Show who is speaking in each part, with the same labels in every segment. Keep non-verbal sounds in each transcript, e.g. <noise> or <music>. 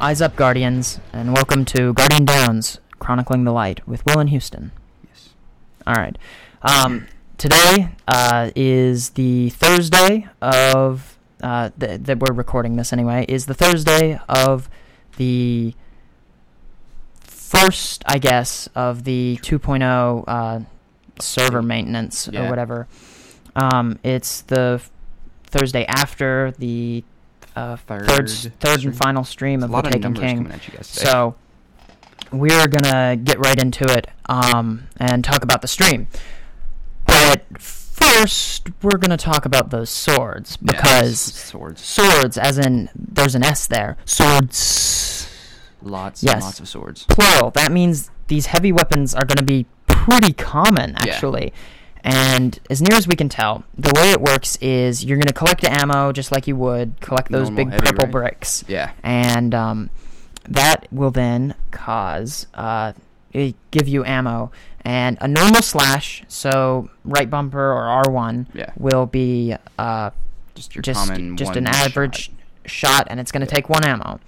Speaker 1: Eyes up, Guardians, and welcome to Guardian Downs Chronicling the Light with Will and Houston.
Speaker 2: Yes.
Speaker 1: All right. Um, today uh, is the Thursday of uh, th- that we're recording this anyway. Is the Thursday of the first, I guess, of the 2.0 uh, server maintenance
Speaker 2: Yeah.
Speaker 1: or whatever. Um, it's the f- Thursday after the uh,
Speaker 2: Third
Speaker 1: third third, third
Speaker 2: stream.
Speaker 1: and final stream
Speaker 2: There's
Speaker 1: of
Speaker 2: a
Speaker 1: the
Speaker 2: lot of
Speaker 1: Taken
Speaker 2: numbers
Speaker 1: King.
Speaker 2: coming at you guys today.
Speaker 1: So we're gonna get right into it um, and talk about the stream. But first, we're gonna talk about those swords
Speaker 2: Yeah,
Speaker 1: because
Speaker 2: swords,
Speaker 1: swords, as in there's an S there, swords
Speaker 2: lots
Speaker 1: Yes.
Speaker 2: and lots of swords.
Speaker 1: plural. That means these heavy weapons are gonna be pretty common
Speaker 2: Yeah.
Speaker 1: actually. And as near as we can tell, the way it works is you're gonna collect ammo just like you would collect those
Speaker 2: Normal
Speaker 1: big
Speaker 2: heavy,
Speaker 1: purple
Speaker 2: right?
Speaker 1: bricks
Speaker 2: Yeah,
Speaker 1: and um, that will then cause uh, it give you ammo and a normal slash. So right bumper or R one
Speaker 2: Yeah.
Speaker 1: will be uh,
Speaker 2: just your
Speaker 1: just
Speaker 2: common
Speaker 1: just
Speaker 2: one
Speaker 1: an average
Speaker 2: shot.
Speaker 1: shot, and it's going to take one ammo.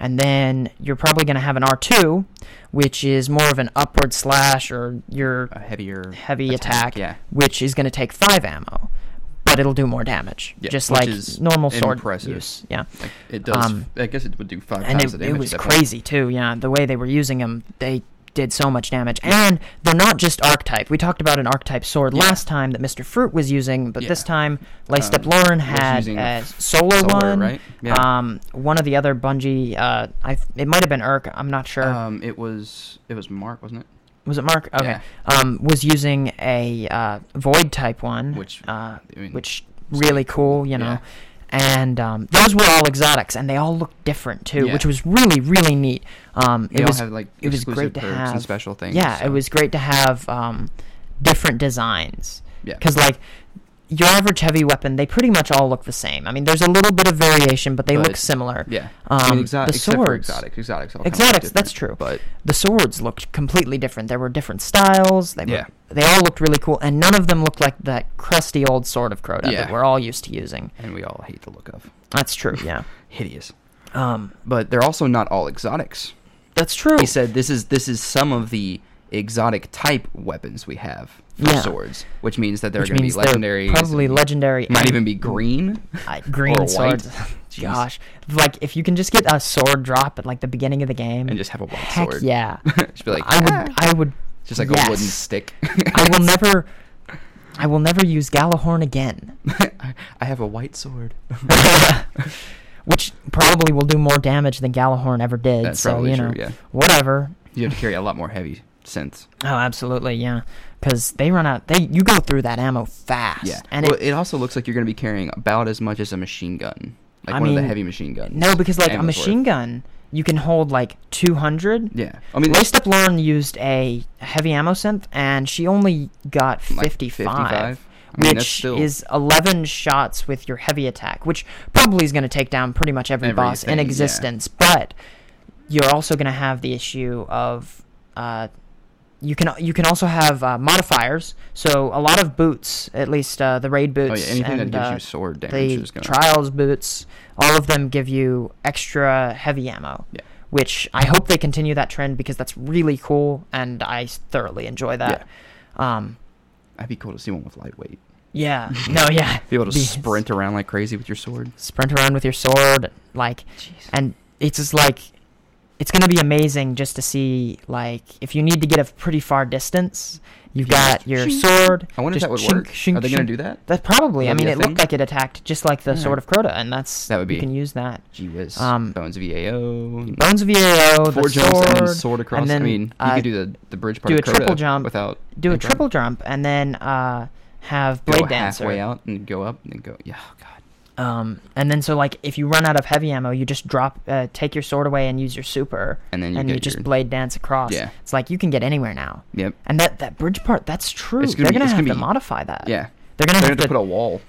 Speaker 1: And then you're probably going to have an R two, which is more of an upward slash or your
Speaker 2: a heavier
Speaker 1: heavy attack,
Speaker 2: attack. Yeah,
Speaker 1: which is going to take five ammo, but it'll do more damage,
Speaker 2: Yeah,
Speaker 1: just
Speaker 2: which
Speaker 1: like
Speaker 2: is
Speaker 1: normal sword
Speaker 2: impressive.
Speaker 1: use. Yeah.
Speaker 2: Like, it does.
Speaker 1: Um,
Speaker 2: I guess it would do five
Speaker 1: and
Speaker 2: times
Speaker 1: it,
Speaker 2: the
Speaker 1: it
Speaker 2: damage.
Speaker 1: was
Speaker 2: at that point.
Speaker 1: crazy too. Yeah, the way they were using them, they did so much damage. And they're not just archetype. We talked about an archetype sword
Speaker 2: Yeah.
Speaker 1: last time that Mr. Fruit was using, but this
Speaker 2: Yeah.
Speaker 1: time Laced Up
Speaker 2: Um,
Speaker 1: Lauren
Speaker 2: was
Speaker 1: had
Speaker 2: using
Speaker 1: a
Speaker 2: f-
Speaker 1: solo
Speaker 2: solar,
Speaker 1: one.
Speaker 2: right? Yeah.
Speaker 1: Um, one of the other Bungie, uh, I th- it might have been Irk. I'm not sure.
Speaker 2: Um, it was it was Mark, wasn't it?
Speaker 1: was it Mark? Okay. Um, was using a uh, void type one,
Speaker 2: Which,
Speaker 1: uh,
Speaker 2: I mean,
Speaker 1: which
Speaker 2: it's
Speaker 1: really
Speaker 2: like
Speaker 1: cool, you know.
Speaker 2: yeah.
Speaker 1: And um, those were all exotics, and they all looked different too,
Speaker 2: Yeah.
Speaker 1: which was really really neat. Um,
Speaker 2: They
Speaker 1: it
Speaker 2: all
Speaker 1: was
Speaker 2: have like
Speaker 1: it was
Speaker 2: exclusive
Speaker 1: great to
Speaker 2: perks
Speaker 1: have
Speaker 2: and special things.
Speaker 1: Yeah, it
Speaker 2: so-
Speaker 1: was great to have um, different designs
Speaker 2: Yeah.
Speaker 1: because like. Your average heavy weapon, they pretty much all look the same. I mean, there's a little bit of variation, but they look
Speaker 2: But-
Speaker 1: similar.
Speaker 2: Yeah.
Speaker 1: Um,
Speaker 2: I mean, exo-
Speaker 1: the
Speaker 2: except for
Speaker 1: swords.
Speaker 2: exotics. Exotics. All come out
Speaker 1: Exotics, that's true.
Speaker 2: different,
Speaker 1: the swords looked completely different. There were different styles. They were,
Speaker 2: Yeah.
Speaker 1: they all looked really cool, and none of them looked like that crusty old sword of Crota that
Speaker 2: Yeah.
Speaker 1: we're all used to using.
Speaker 2: But and we all hate the look of
Speaker 1: That's true. Yeah.
Speaker 2: hideous.
Speaker 1: Um,
Speaker 2: But they're also not all exotics.
Speaker 1: that's true.
Speaker 2: He said this is this is some of the exotic type weapons we have for
Speaker 1: Yeah.
Speaker 2: swords, which means that they're
Speaker 1: Which
Speaker 2: going to be
Speaker 1: means they're
Speaker 2: legendary.
Speaker 1: Probably legendary.
Speaker 2: Might
Speaker 1: and
Speaker 2: even be green.
Speaker 1: I- green
Speaker 2: <laughs> or white.
Speaker 1: swords. <laughs>
Speaker 2: Jeez.
Speaker 1: Gosh, like if you can just get a sword drop at like the beginning of the game,
Speaker 2: And just have a white
Speaker 1: heck
Speaker 2: sword.
Speaker 1: yeah.
Speaker 2: <laughs> just be like,
Speaker 1: I
Speaker 2: "Ah,"
Speaker 1: would. I would.
Speaker 2: just like a wooden
Speaker 1: yes.
Speaker 2: stick.
Speaker 1: <laughs> I will never. I will never use Galahorn again. <laughs>
Speaker 2: <laughs> I- <laughs> I have a white sword.
Speaker 1: which probably will do more damage than Galahorn ever did.
Speaker 2: That's
Speaker 1: so
Speaker 2: probably
Speaker 1: you
Speaker 2: true,
Speaker 1: know,
Speaker 2: yeah.
Speaker 1: whatever.
Speaker 2: you have to carry a lot more heavy synths.
Speaker 1: Oh, absolutely, yeah. Because they run out. They you go through that ammo fast.
Speaker 2: Yeah,
Speaker 1: and
Speaker 2: well,
Speaker 1: it,
Speaker 2: it, also looks like you're going to be carrying about as much as a machine gun, like
Speaker 1: I
Speaker 2: one of
Speaker 1: mean,
Speaker 2: the heavy machine guns.
Speaker 1: no, because like a
Speaker 2: Ammo's
Speaker 1: machine
Speaker 2: worth.
Speaker 1: gun, you can hold like two hundred.
Speaker 2: Yeah, I mean,
Speaker 1: Laced Up Lauren used a heavy ammo synth, and she only got
Speaker 2: Like
Speaker 1: 55,
Speaker 2: 55? I mean, that's
Speaker 1: which
Speaker 2: still-
Speaker 1: is 11 shots with your heavy attack, which probably is going to take down pretty much every boss
Speaker 2: Everything,
Speaker 1: in
Speaker 2: yeah.
Speaker 1: existence. But you're also going to have the issue of uh, you can you can also have uh, modifiers. So a lot of boots, at least uh, the raid
Speaker 2: oh,
Speaker 1: boots,
Speaker 2: yeah, anything
Speaker 1: and,
Speaker 2: that gives
Speaker 1: uh,
Speaker 2: you sword damage
Speaker 1: the
Speaker 2: is going to.
Speaker 1: trials boots, all of them give you extra heavy ammo.
Speaker 2: Yeah.
Speaker 1: Which I hope they continue that trend because that's really cool, and I s- thoroughly enjoy that. Yeah. Um,
Speaker 2: That'd be cool to see one with lightweight.
Speaker 1: yeah. No. Yeah.
Speaker 2: <laughs> Be able to
Speaker 1: Be-
Speaker 2: sprint around like crazy with your sword.
Speaker 1: sprint around with your sword, like, and it's just like, it's gonna be amazing just to see like if you need to get a pretty far distance, you've
Speaker 2: Yeah,
Speaker 1: got your
Speaker 2: shink.
Speaker 1: sword.
Speaker 2: I wonder if
Speaker 1: just
Speaker 2: that would
Speaker 1: shink,
Speaker 2: work.
Speaker 1: shink,
Speaker 2: Are they going
Speaker 1: shink.
Speaker 2: to do that?
Speaker 1: That probably. I
Speaker 2: That'd be
Speaker 1: mean,
Speaker 2: a
Speaker 1: it looked
Speaker 2: thing?
Speaker 1: like it attacked just like the
Speaker 2: Yeah.
Speaker 1: sword of Crota, and that's
Speaker 2: That would
Speaker 1: you
Speaker 2: be-
Speaker 1: can use that.
Speaker 2: Gee whiz.
Speaker 1: Um,
Speaker 2: Bones of EAO.
Speaker 1: Bones of EAO,
Speaker 2: Four
Speaker 1: the
Speaker 2: jumps
Speaker 1: sword,
Speaker 2: and then sword across.
Speaker 1: and then
Speaker 2: I mean, you
Speaker 1: uh,
Speaker 2: could do the, the bridge part
Speaker 1: do
Speaker 2: of
Speaker 1: a triple
Speaker 2: Crota
Speaker 1: jump,
Speaker 2: without.
Speaker 1: do a
Speaker 2: any problem.
Speaker 1: triple jump, and then uh, have
Speaker 2: Go
Speaker 1: blade dancer.
Speaker 2: halfway out and go up and then go. Yeah, oh, God.
Speaker 1: Um, and then so like if you run out of heavy ammo, you just drop, uh, take your sword away and use your super,
Speaker 2: And then you get
Speaker 1: just
Speaker 2: your-
Speaker 1: blade dance across.
Speaker 2: Yeah.
Speaker 1: it's like you can get anywhere now.
Speaker 2: Yep.
Speaker 1: And that that bridge part, that's true.
Speaker 2: It's gonna
Speaker 1: They're
Speaker 2: be-
Speaker 1: gonna
Speaker 2: it's
Speaker 1: have to
Speaker 2: gonna be-
Speaker 1: modify that.
Speaker 2: Yeah.
Speaker 1: They're
Speaker 2: They
Speaker 1: gonna
Speaker 2: have
Speaker 1: have
Speaker 2: to
Speaker 1: to
Speaker 2: put a wall.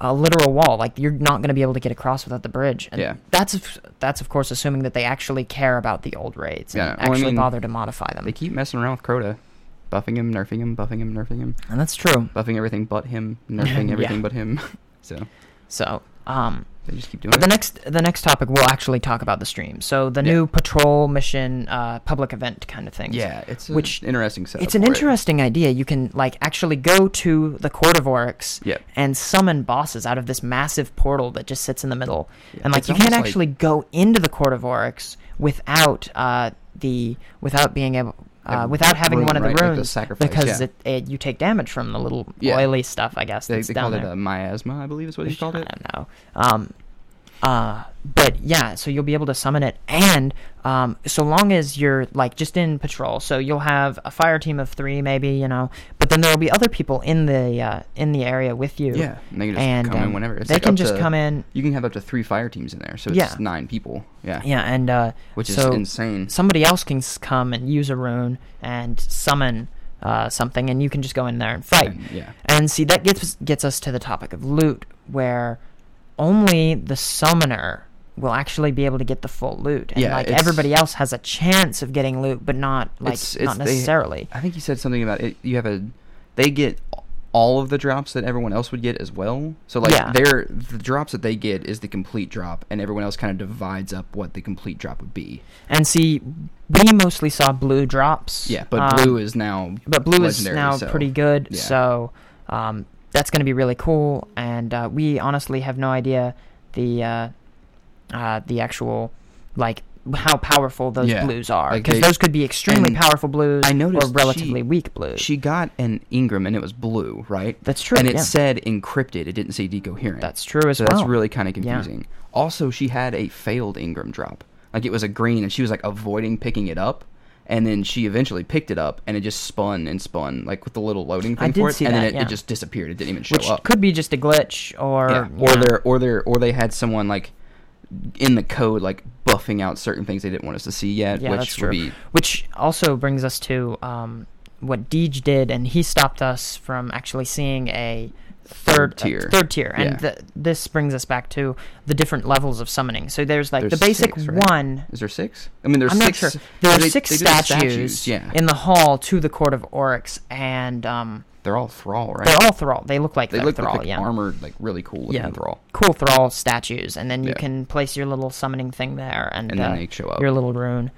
Speaker 1: a literal wall. Like you're not going to be able to get across without the bridge. And
Speaker 2: Yeah.
Speaker 1: That's that's of course assuming that they actually care about the old raids
Speaker 2: Yeah,
Speaker 1: and
Speaker 2: well, I
Speaker 1: actually
Speaker 2: mean,
Speaker 1: bother to modify them.
Speaker 2: They keep messing around with Crota, buffing him, nerfing him, buffing him, nerfing him,
Speaker 1: and that's true. <laughs>
Speaker 2: buffing everything but him, <laughs> nerfing
Speaker 1: Yeah.
Speaker 2: everything but him. So
Speaker 1: So, um,
Speaker 2: They just keep doing
Speaker 1: but the
Speaker 2: it.
Speaker 1: next the next topic we'll actually talk about the stream. So the
Speaker 2: Yeah.
Speaker 1: new patrol mission, uh, public event kind of thing.
Speaker 2: yeah, it's a
Speaker 1: which-
Speaker 2: interesting setup.
Speaker 1: It's an
Speaker 2: for it.
Speaker 1: interesting idea. You can like actually go to the court of Oryx
Speaker 2: Yep.
Speaker 1: and summon bosses out of this massive portal that just sits in the middle.
Speaker 2: Yeah,
Speaker 1: And like
Speaker 2: it's
Speaker 1: you can't
Speaker 2: almost like-
Speaker 1: actually go into the court of Oryx without uh, the without being able uh,
Speaker 2: Like
Speaker 1: without having
Speaker 2: rune,
Speaker 1: one of the
Speaker 2: right? Like the
Speaker 1: runes
Speaker 2: sacrifice,
Speaker 1: because
Speaker 2: yeah.
Speaker 1: it, it, you take damage from the little
Speaker 2: Yeah.
Speaker 1: oily stuff. I guess
Speaker 2: They,
Speaker 1: that's
Speaker 2: they
Speaker 1: down
Speaker 2: called it
Speaker 1: there.
Speaker 2: a miasma, I believe is what you called
Speaker 1: I
Speaker 2: it.
Speaker 1: don't know. Um, uh, but yeah, so you'll be able to summon it, and um, so long as you're like just in patrol, so you'll have a fire team of three, maybe you know, but then there will be other people in the uh, in the area with you.
Speaker 2: Yeah, and they can just
Speaker 1: And,
Speaker 2: come
Speaker 1: um,
Speaker 2: in whenever. It's
Speaker 1: they
Speaker 2: like
Speaker 1: can
Speaker 2: up
Speaker 1: just
Speaker 2: to-
Speaker 1: come in-
Speaker 2: You can have up to three fire teams in there, so it's
Speaker 1: Yeah.
Speaker 2: nine people. Yeah.
Speaker 1: yeah, and uh,
Speaker 2: Which is
Speaker 1: so
Speaker 2: insane.
Speaker 1: Somebody else can s- come and use a rune and summon uh, something, and you can just go in there and fight.
Speaker 2: And- yeah.
Speaker 1: And see, that gets gets us to the topic of loot, where only the summoner will actually be able to get the full loot, and
Speaker 2: Yeah,
Speaker 1: like
Speaker 2: it's-
Speaker 1: everybody else has a chance of getting loot, but not like
Speaker 2: It's- it's-
Speaker 1: not
Speaker 2: they-
Speaker 1: necessarily.
Speaker 2: I think you said something about it. You have a, they get all of the drops that everyone else would get as well. So like
Speaker 1: Yeah.
Speaker 2: they're the drops that they get is the complete drop, and everyone else kind of divides up what the complete drop would be.
Speaker 1: and see, we mostly saw blue drops.
Speaker 2: Yeah, but blue
Speaker 1: um,
Speaker 2: is now.
Speaker 1: but blue is
Speaker 2: legendary,
Speaker 1: now
Speaker 2: so-
Speaker 1: pretty good
Speaker 2: yeah.
Speaker 1: so um, that's going to be really cool and uh, we honestly have no idea the uh, uh, the actual like how powerful those
Speaker 2: Yeah,
Speaker 1: blues are
Speaker 2: like
Speaker 1: because
Speaker 2: they-
Speaker 1: those could be extremely
Speaker 2: and
Speaker 1: powerful blues
Speaker 2: I noticed
Speaker 1: or relatively
Speaker 2: she-
Speaker 1: weak blues
Speaker 2: She got an Ingram, and it was blue, right?
Speaker 1: That's true,
Speaker 2: And it
Speaker 1: yeah.
Speaker 2: said encrypted. It didn't say decoherent.
Speaker 1: That's true as
Speaker 2: so
Speaker 1: well.
Speaker 2: That's really kind of
Speaker 1: Yeah.
Speaker 2: confusing. Also, she had a failed Ingram drop. Like it was a green, and she was like avoiding picking it up. And then she eventually picked it up, and it just spun and spun, like with the little loading
Speaker 1: I
Speaker 2: thing
Speaker 1: did
Speaker 2: for it,
Speaker 1: see
Speaker 2: and
Speaker 1: that,
Speaker 2: then it,
Speaker 1: yeah.
Speaker 2: it just disappeared. It didn't even show
Speaker 1: which
Speaker 2: up.
Speaker 1: could be just a glitch or
Speaker 2: Yeah.
Speaker 1: yeah.
Speaker 2: Or they're or they or they had someone like in the code like buffing out certain things they didn't want us to see yet,
Speaker 1: Yeah,
Speaker 2: which
Speaker 1: that's
Speaker 2: would
Speaker 1: true.
Speaker 2: be
Speaker 1: Which also brings us to um, what Deej did, and he stopped us from actually seeing a third
Speaker 2: Third tier.
Speaker 1: a third tier, and
Speaker 2: Yeah.
Speaker 1: th- this brings us back to the different levels of summoning. So there's like
Speaker 2: There's
Speaker 1: the basic
Speaker 2: six, right?
Speaker 1: one.
Speaker 2: Is there six? I mean, there's
Speaker 1: I'm
Speaker 2: six.
Speaker 1: not sure. There are
Speaker 2: they-
Speaker 1: six
Speaker 2: they do the
Speaker 1: statues,
Speaker 2: Yeah,
Speaker 1: in the hall to the court of Oryx, and um,
Speaker 2: they're all thrall, right?
Speaker 1: they're all thrall. They look like
Speaker 2: they
Speaker 1: they're
Speaker 2: look
Speaker 1: thrall,
Speaker 2: like
Speaker 1: yeah.
Speaker 2: armored, like really cool looking
Speaker 1: Yeah.
Speaker 2: thrall.
Speaker 1: Cool thrall statues, and then you
Speaker 2: Yeah.
Speaker 1: can place your little summoning thing there, and,
Speaker 2: And then
Speaker 1: uh,
Speaker 2: they show up.
Speaker 1: your little rune.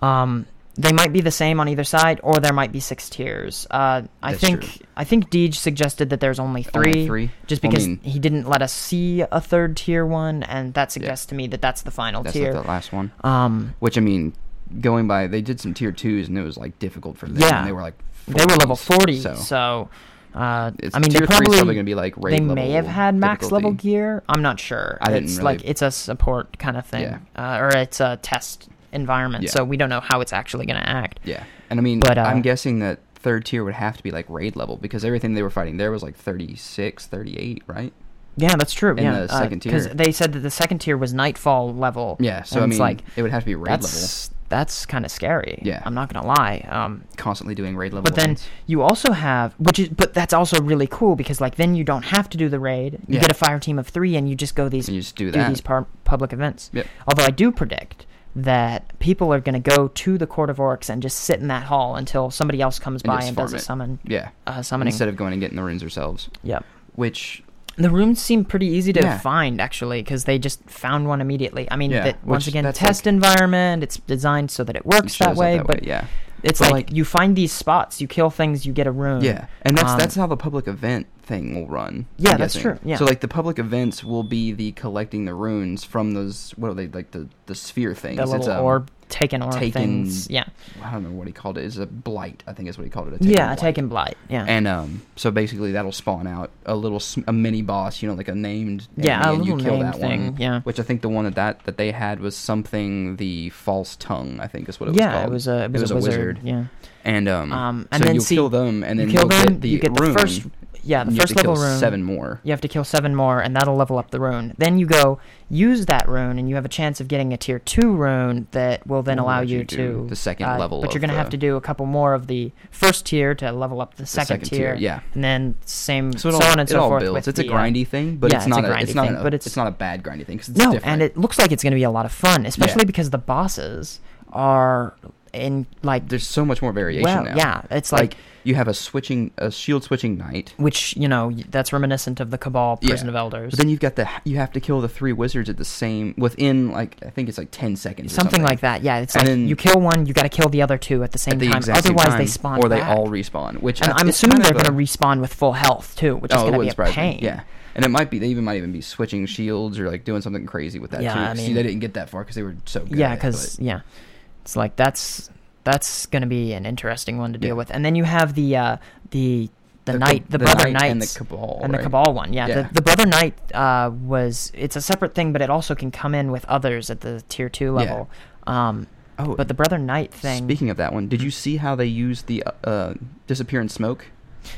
Speaker 1: Um, they might be the same on either side, or there might be six tiers. Uh, I
Speaker 2: That's
Speaker 1: think
Speaker 2: true.
Speaker 1: I think Deej suggested that there's only three,
Speaker 2: Only three?
Speaker 1: just
Speaker 2: Well, I
Speaker 1: because
Speaker 2: mean-
Speaker 1: he didn't let us see a third tier one, and that suggests to me that that's the final
Speaker 2: That's
Speaker 1: tier.
Speaker 2: not the last one.
Speaker 1: um,
Speaker 2: Which I mean, going by, they did some tier twos, and it was like difficult for them.
Speaker 1: Yeah.
Speaker 2: and they were like
Speaker 1: they were level
Speaker 2: 40s,
Speaker 1: forty, so, uh,
Speaker 2: It's-
Speaker 1: I mean,
Speaker 2: tier
Speaker 1: they
Speaker 2: three is
Speaker 1: probably
Speaker 2: probably gonna be, like, raid
Speaker 1: they may have
Speaker 2: level
Speaker 1: had max level
Speaker 2: difficulty.
Speaker 1: gear. I'm not sure.
Speaker 2: I didn't
Speaker 1: it's
Speaker 2: really-
Speaker 1: like it's a support kind of thing,
Speaker 2: Yeah.
Speaker 1: uh, or it's a test environment,
Speaker 2: Yeah.
Speaker 1: so we don't know how it's actually going to act.
Speaker 2: yeah. And I mean,
Speaker 1: But, uh,
Speaker 2: I'm guessing that third tier would have to be like raid level because everything they were fighting there was like 36, 38, right?
Speaker 1: Yeah, that's true.
Speaker 2: in
Speaker 1: yeah,
Speaker 2: the second
Speaker 1: because
Speaker 2: tier.
Speaker 1: they said that the second tier was Nightfall level.
Speaker 2: Yeah. So
Speaker 1: and
Speaker 2: I
Speaker 1: it's
Speaker 2: mean,
Speaker 1: like
Speaker 2: it would have to be raid level,
Speaker 1: that's that's kind of scary.
Speaker 2: Yeah.
Speaker 1: I'm not gonna lie. Um,
Speaker 2: constantly doing raid level.
Speaker 1: but then
Speaker 2: runs.
Speaker 1: you also have which is but that's also really cool because like then you don't have to do the raid. You
Speaker 2: Yeah.
Speaker 1: get a fire team of three and you just go these
Speaker 2: And you just do that.
Speaker 1: these par- public events.
Speaker 2: Yep.
Speaker 1: Although I do predict that people are gonna go to the court of orcs and just sit in that hall until somebody else comes
Speaker 2: And
Speaker 1: by
Speaker 2: just
Speaker 1: and does
Speaker 2: farm
Speaker 1: a
Speaker 2: it.
Speaker 1: summon.
Speaker 2: yeah,
Speaker 1: Uh, summoning.
Speaker 2: instead of going and getting the runes ourselves,
Speaker 1: yep.
Speaker 2: which
Speaker 1: The rooms seem pretty easy to
Speaker 2: Yeah.
Speaker 1: find, actually, because they just found one immediately. I mean,
Speaker 2: Yeah,
Speaker 1: that, once
Speaker 2: which-
Speaker 1: again,
Speaker 2: that's
Speaker 1: test environment. It's designed so that it works
Speaker 2: shows
Speaker 1: that
Speaker 2: up
Speaker 1: way, but
Speaker 2: yeah.
Speaker 1: it's
Speaker 2: But,
Speaker 1: like, you find these spots, you kill things, you get a room.
Speaker 2: Yeah, and that's
Speaker 1: Um,
Speaker 2: that's how the public event thing will run.
Speaker 1: Yeah,
Speaker 2: I'm
Speaker 1: that's
Speaker 2: guessing.
Speaker 1: true, yeah.
Speaker 2: So like the public events will be the collecting the runes from those what are they like the the sphere things.
Speaker 1: the little
Speaker 2: um,
Speaker 1: orb, taken orb
Speaker 2: taken-
Speaker 1: things. Yeah,
Speaker 2: I don't know what he called it. It's a blight. I think is what he called it. A
Speaker 1: yeah, a
Speaker 2: blight.
Speaker 1: taken blight. Yeah,
Speaker 2: And um, so basically that'll spawn out a little s- a mini boss. You know, like a named
Speaker 1: Yeah,
Speaker 2: enemy,
Speaker 1: a
Speaker 2: and you
Speaker 1: little
Speaker 2: kill
Speaker 1: named
Speaker 2: that
Speaker 1: thing,
Speaker 2: One,
Speaker 1: yeah.
Speaker 2: Which I think the one that, that that they had was something the false tongue. I think is what it was
Speaker 1: yeah,
Speaker 2: called.
Speaker 1: it was a it was, a, wizard. Yeah,
Speaker 2: And um,
Speaker 1: Um, and
Speaker 2: so
Speaker 1: then
Speaker 2: you
Speaker 1: see-
Speaker 2: kill them, and then
Speaker 1: you kill
Speaker 2: you'll
Speaker 1: them,
Speaker 2: get the
Speaker 1: you get
Speaker 2: rune,
Speaker 1: the first. Yeah,
Speaker 2: and
Speaker 1: the
Speaker 2: you have
Speaker 1: first
Speaker 2: to kill
Speaker 1: level room.
Speaker 2: Seven more.
Speaker 1: You have to kill seven more, and that'll level up the rune. Then you go use that rune, and you have a chance of getting a tier two rune that will then
Speaker 2: Or
Speaker 1: allow
Speaker 2: would
Speaker 1: you,
Speaker 2: you do
Speaker 1: to
Speaker 2: the second
Speaker 1: uh,
Speaker 2: level
Speaker 1: But you're
Speaker 2: of
Speaker 1: gonna have
Speaker 2: the-
Speaker 1: to do a couple more of the first tier to level up the second,
Speaker 2: second tier, yeah.
Speaker 1: and then same
Speaker 2: So
Speaker 1: so,
Speaker 2: it all,
Speaker 1: on and
Speaker 2: it
Speaker 1: so
Speaker 2: all
Speaker 1: forth.
Speaker 2: builds.
Speaker 1: with
Speaker 2: It's a
Speaker 1: the, uh,
Speaker 2: grindy thing, but
Speaker 1: yeah,
Speaker 2: it's
Speaker 1: it's a
Speaker 2: not a,
Speaker 1: grindy
Speaker 2: it's not
Speaker 1: thing,
Speaker 2: a,
Speaker 1: but
Speaker 2: it's,
Speaker 1: it's-
Speaker 2: not a bad grindy thing because it's
Speaker 1: no,
Speaker 2: different.
Speaker 1: and it looks like it's gonna be a lot of fun, especially because the bosses are and like
Speaker 2: There's so much more variation
Speaker 1: Well,
Speaker 2: now.
Speaker 1: yeah, it's like-
Speaker 2: you have a switching a shield switching knight.
Speaker 1: which you know y- that's reminiscent of the Cabal
Speaker 2: Yeah.
Speaker 1: Prison of Elders,
Speaker 2: But then you've got the you have to kill the three wizards at the same within like I think it's like ten seconds. or
Speaker 1: something, like that. Yeah, it's
Speaker 2: And
Speaker 1: like
Speaker 2: then-
Speaker 1: you kill one, you got to kill the other two at the same
Speaker 2: At the
Speaker 1: time.
Speaker 2: exact same
Speaker 1: Otherwise,
Speaker 2: time,
Speaker 1: they spawn
Speaker 2: or they
Speaker 1: back.
Speaker 2: all respawn. Which
Speaker 1: And
Speaker 2: I-
Speaker 1: I'm
Speaker 2: it's
Speaker 1: assuming
Speaker 2: kind
Speaker 1: they're
Speaker 2: of a- oh,
Speaker 1: going to respawn with full health too, which is
Speaker 2: it
Speaker 1: going to be
Speaker 2: wouldn't
Speaker 1: a
Speaker 2: surprise me.
Speaker 1: pain.
Speaker 2: Yeah, and it might be they even might even be switching shields or like doing something crazy with that
Speaker 1: Yeah,
Speaker 2: too.
Speaker 1: I
Speaker 2: See,
Speaker 1: mean-
Speaker 2: they didn't get that far because they were so good.
Speaker 1: yeah
Speaker 2: at it,
Speaker 1: because
Speaker 2: but-
Speaker 1: yeah it's like that's that's gonna be an interesting one to deal
Speaker 2: Yeah.
Speaker 1: with and then you have the uh the the,
Speaker 2: The
Speaker 1: knight
Speaker 2: Cab-
Speaker 1: the,
Speaker 2: the
Speaker 1: brother
Speaker 2: Knight
Speaker 1: knight
Speaker 2: and the Cabal,
Speaker 1: and the
Speaker 2: right?
Speaker 1: cabal one yeah,
Speaker 2: Yeah.
Speaker 1: The, the brother knight uh was it's a separate thing but it also can come in with others at the tier two
Speaker 2: Yeah.
Speaker 1: level um
Speaker 2: Oh,
Speaker 1: but the brother knight thing Hmm.
Speaker 2: Speaking of that one, did you see how they used the uh, uh, disappear in smoke?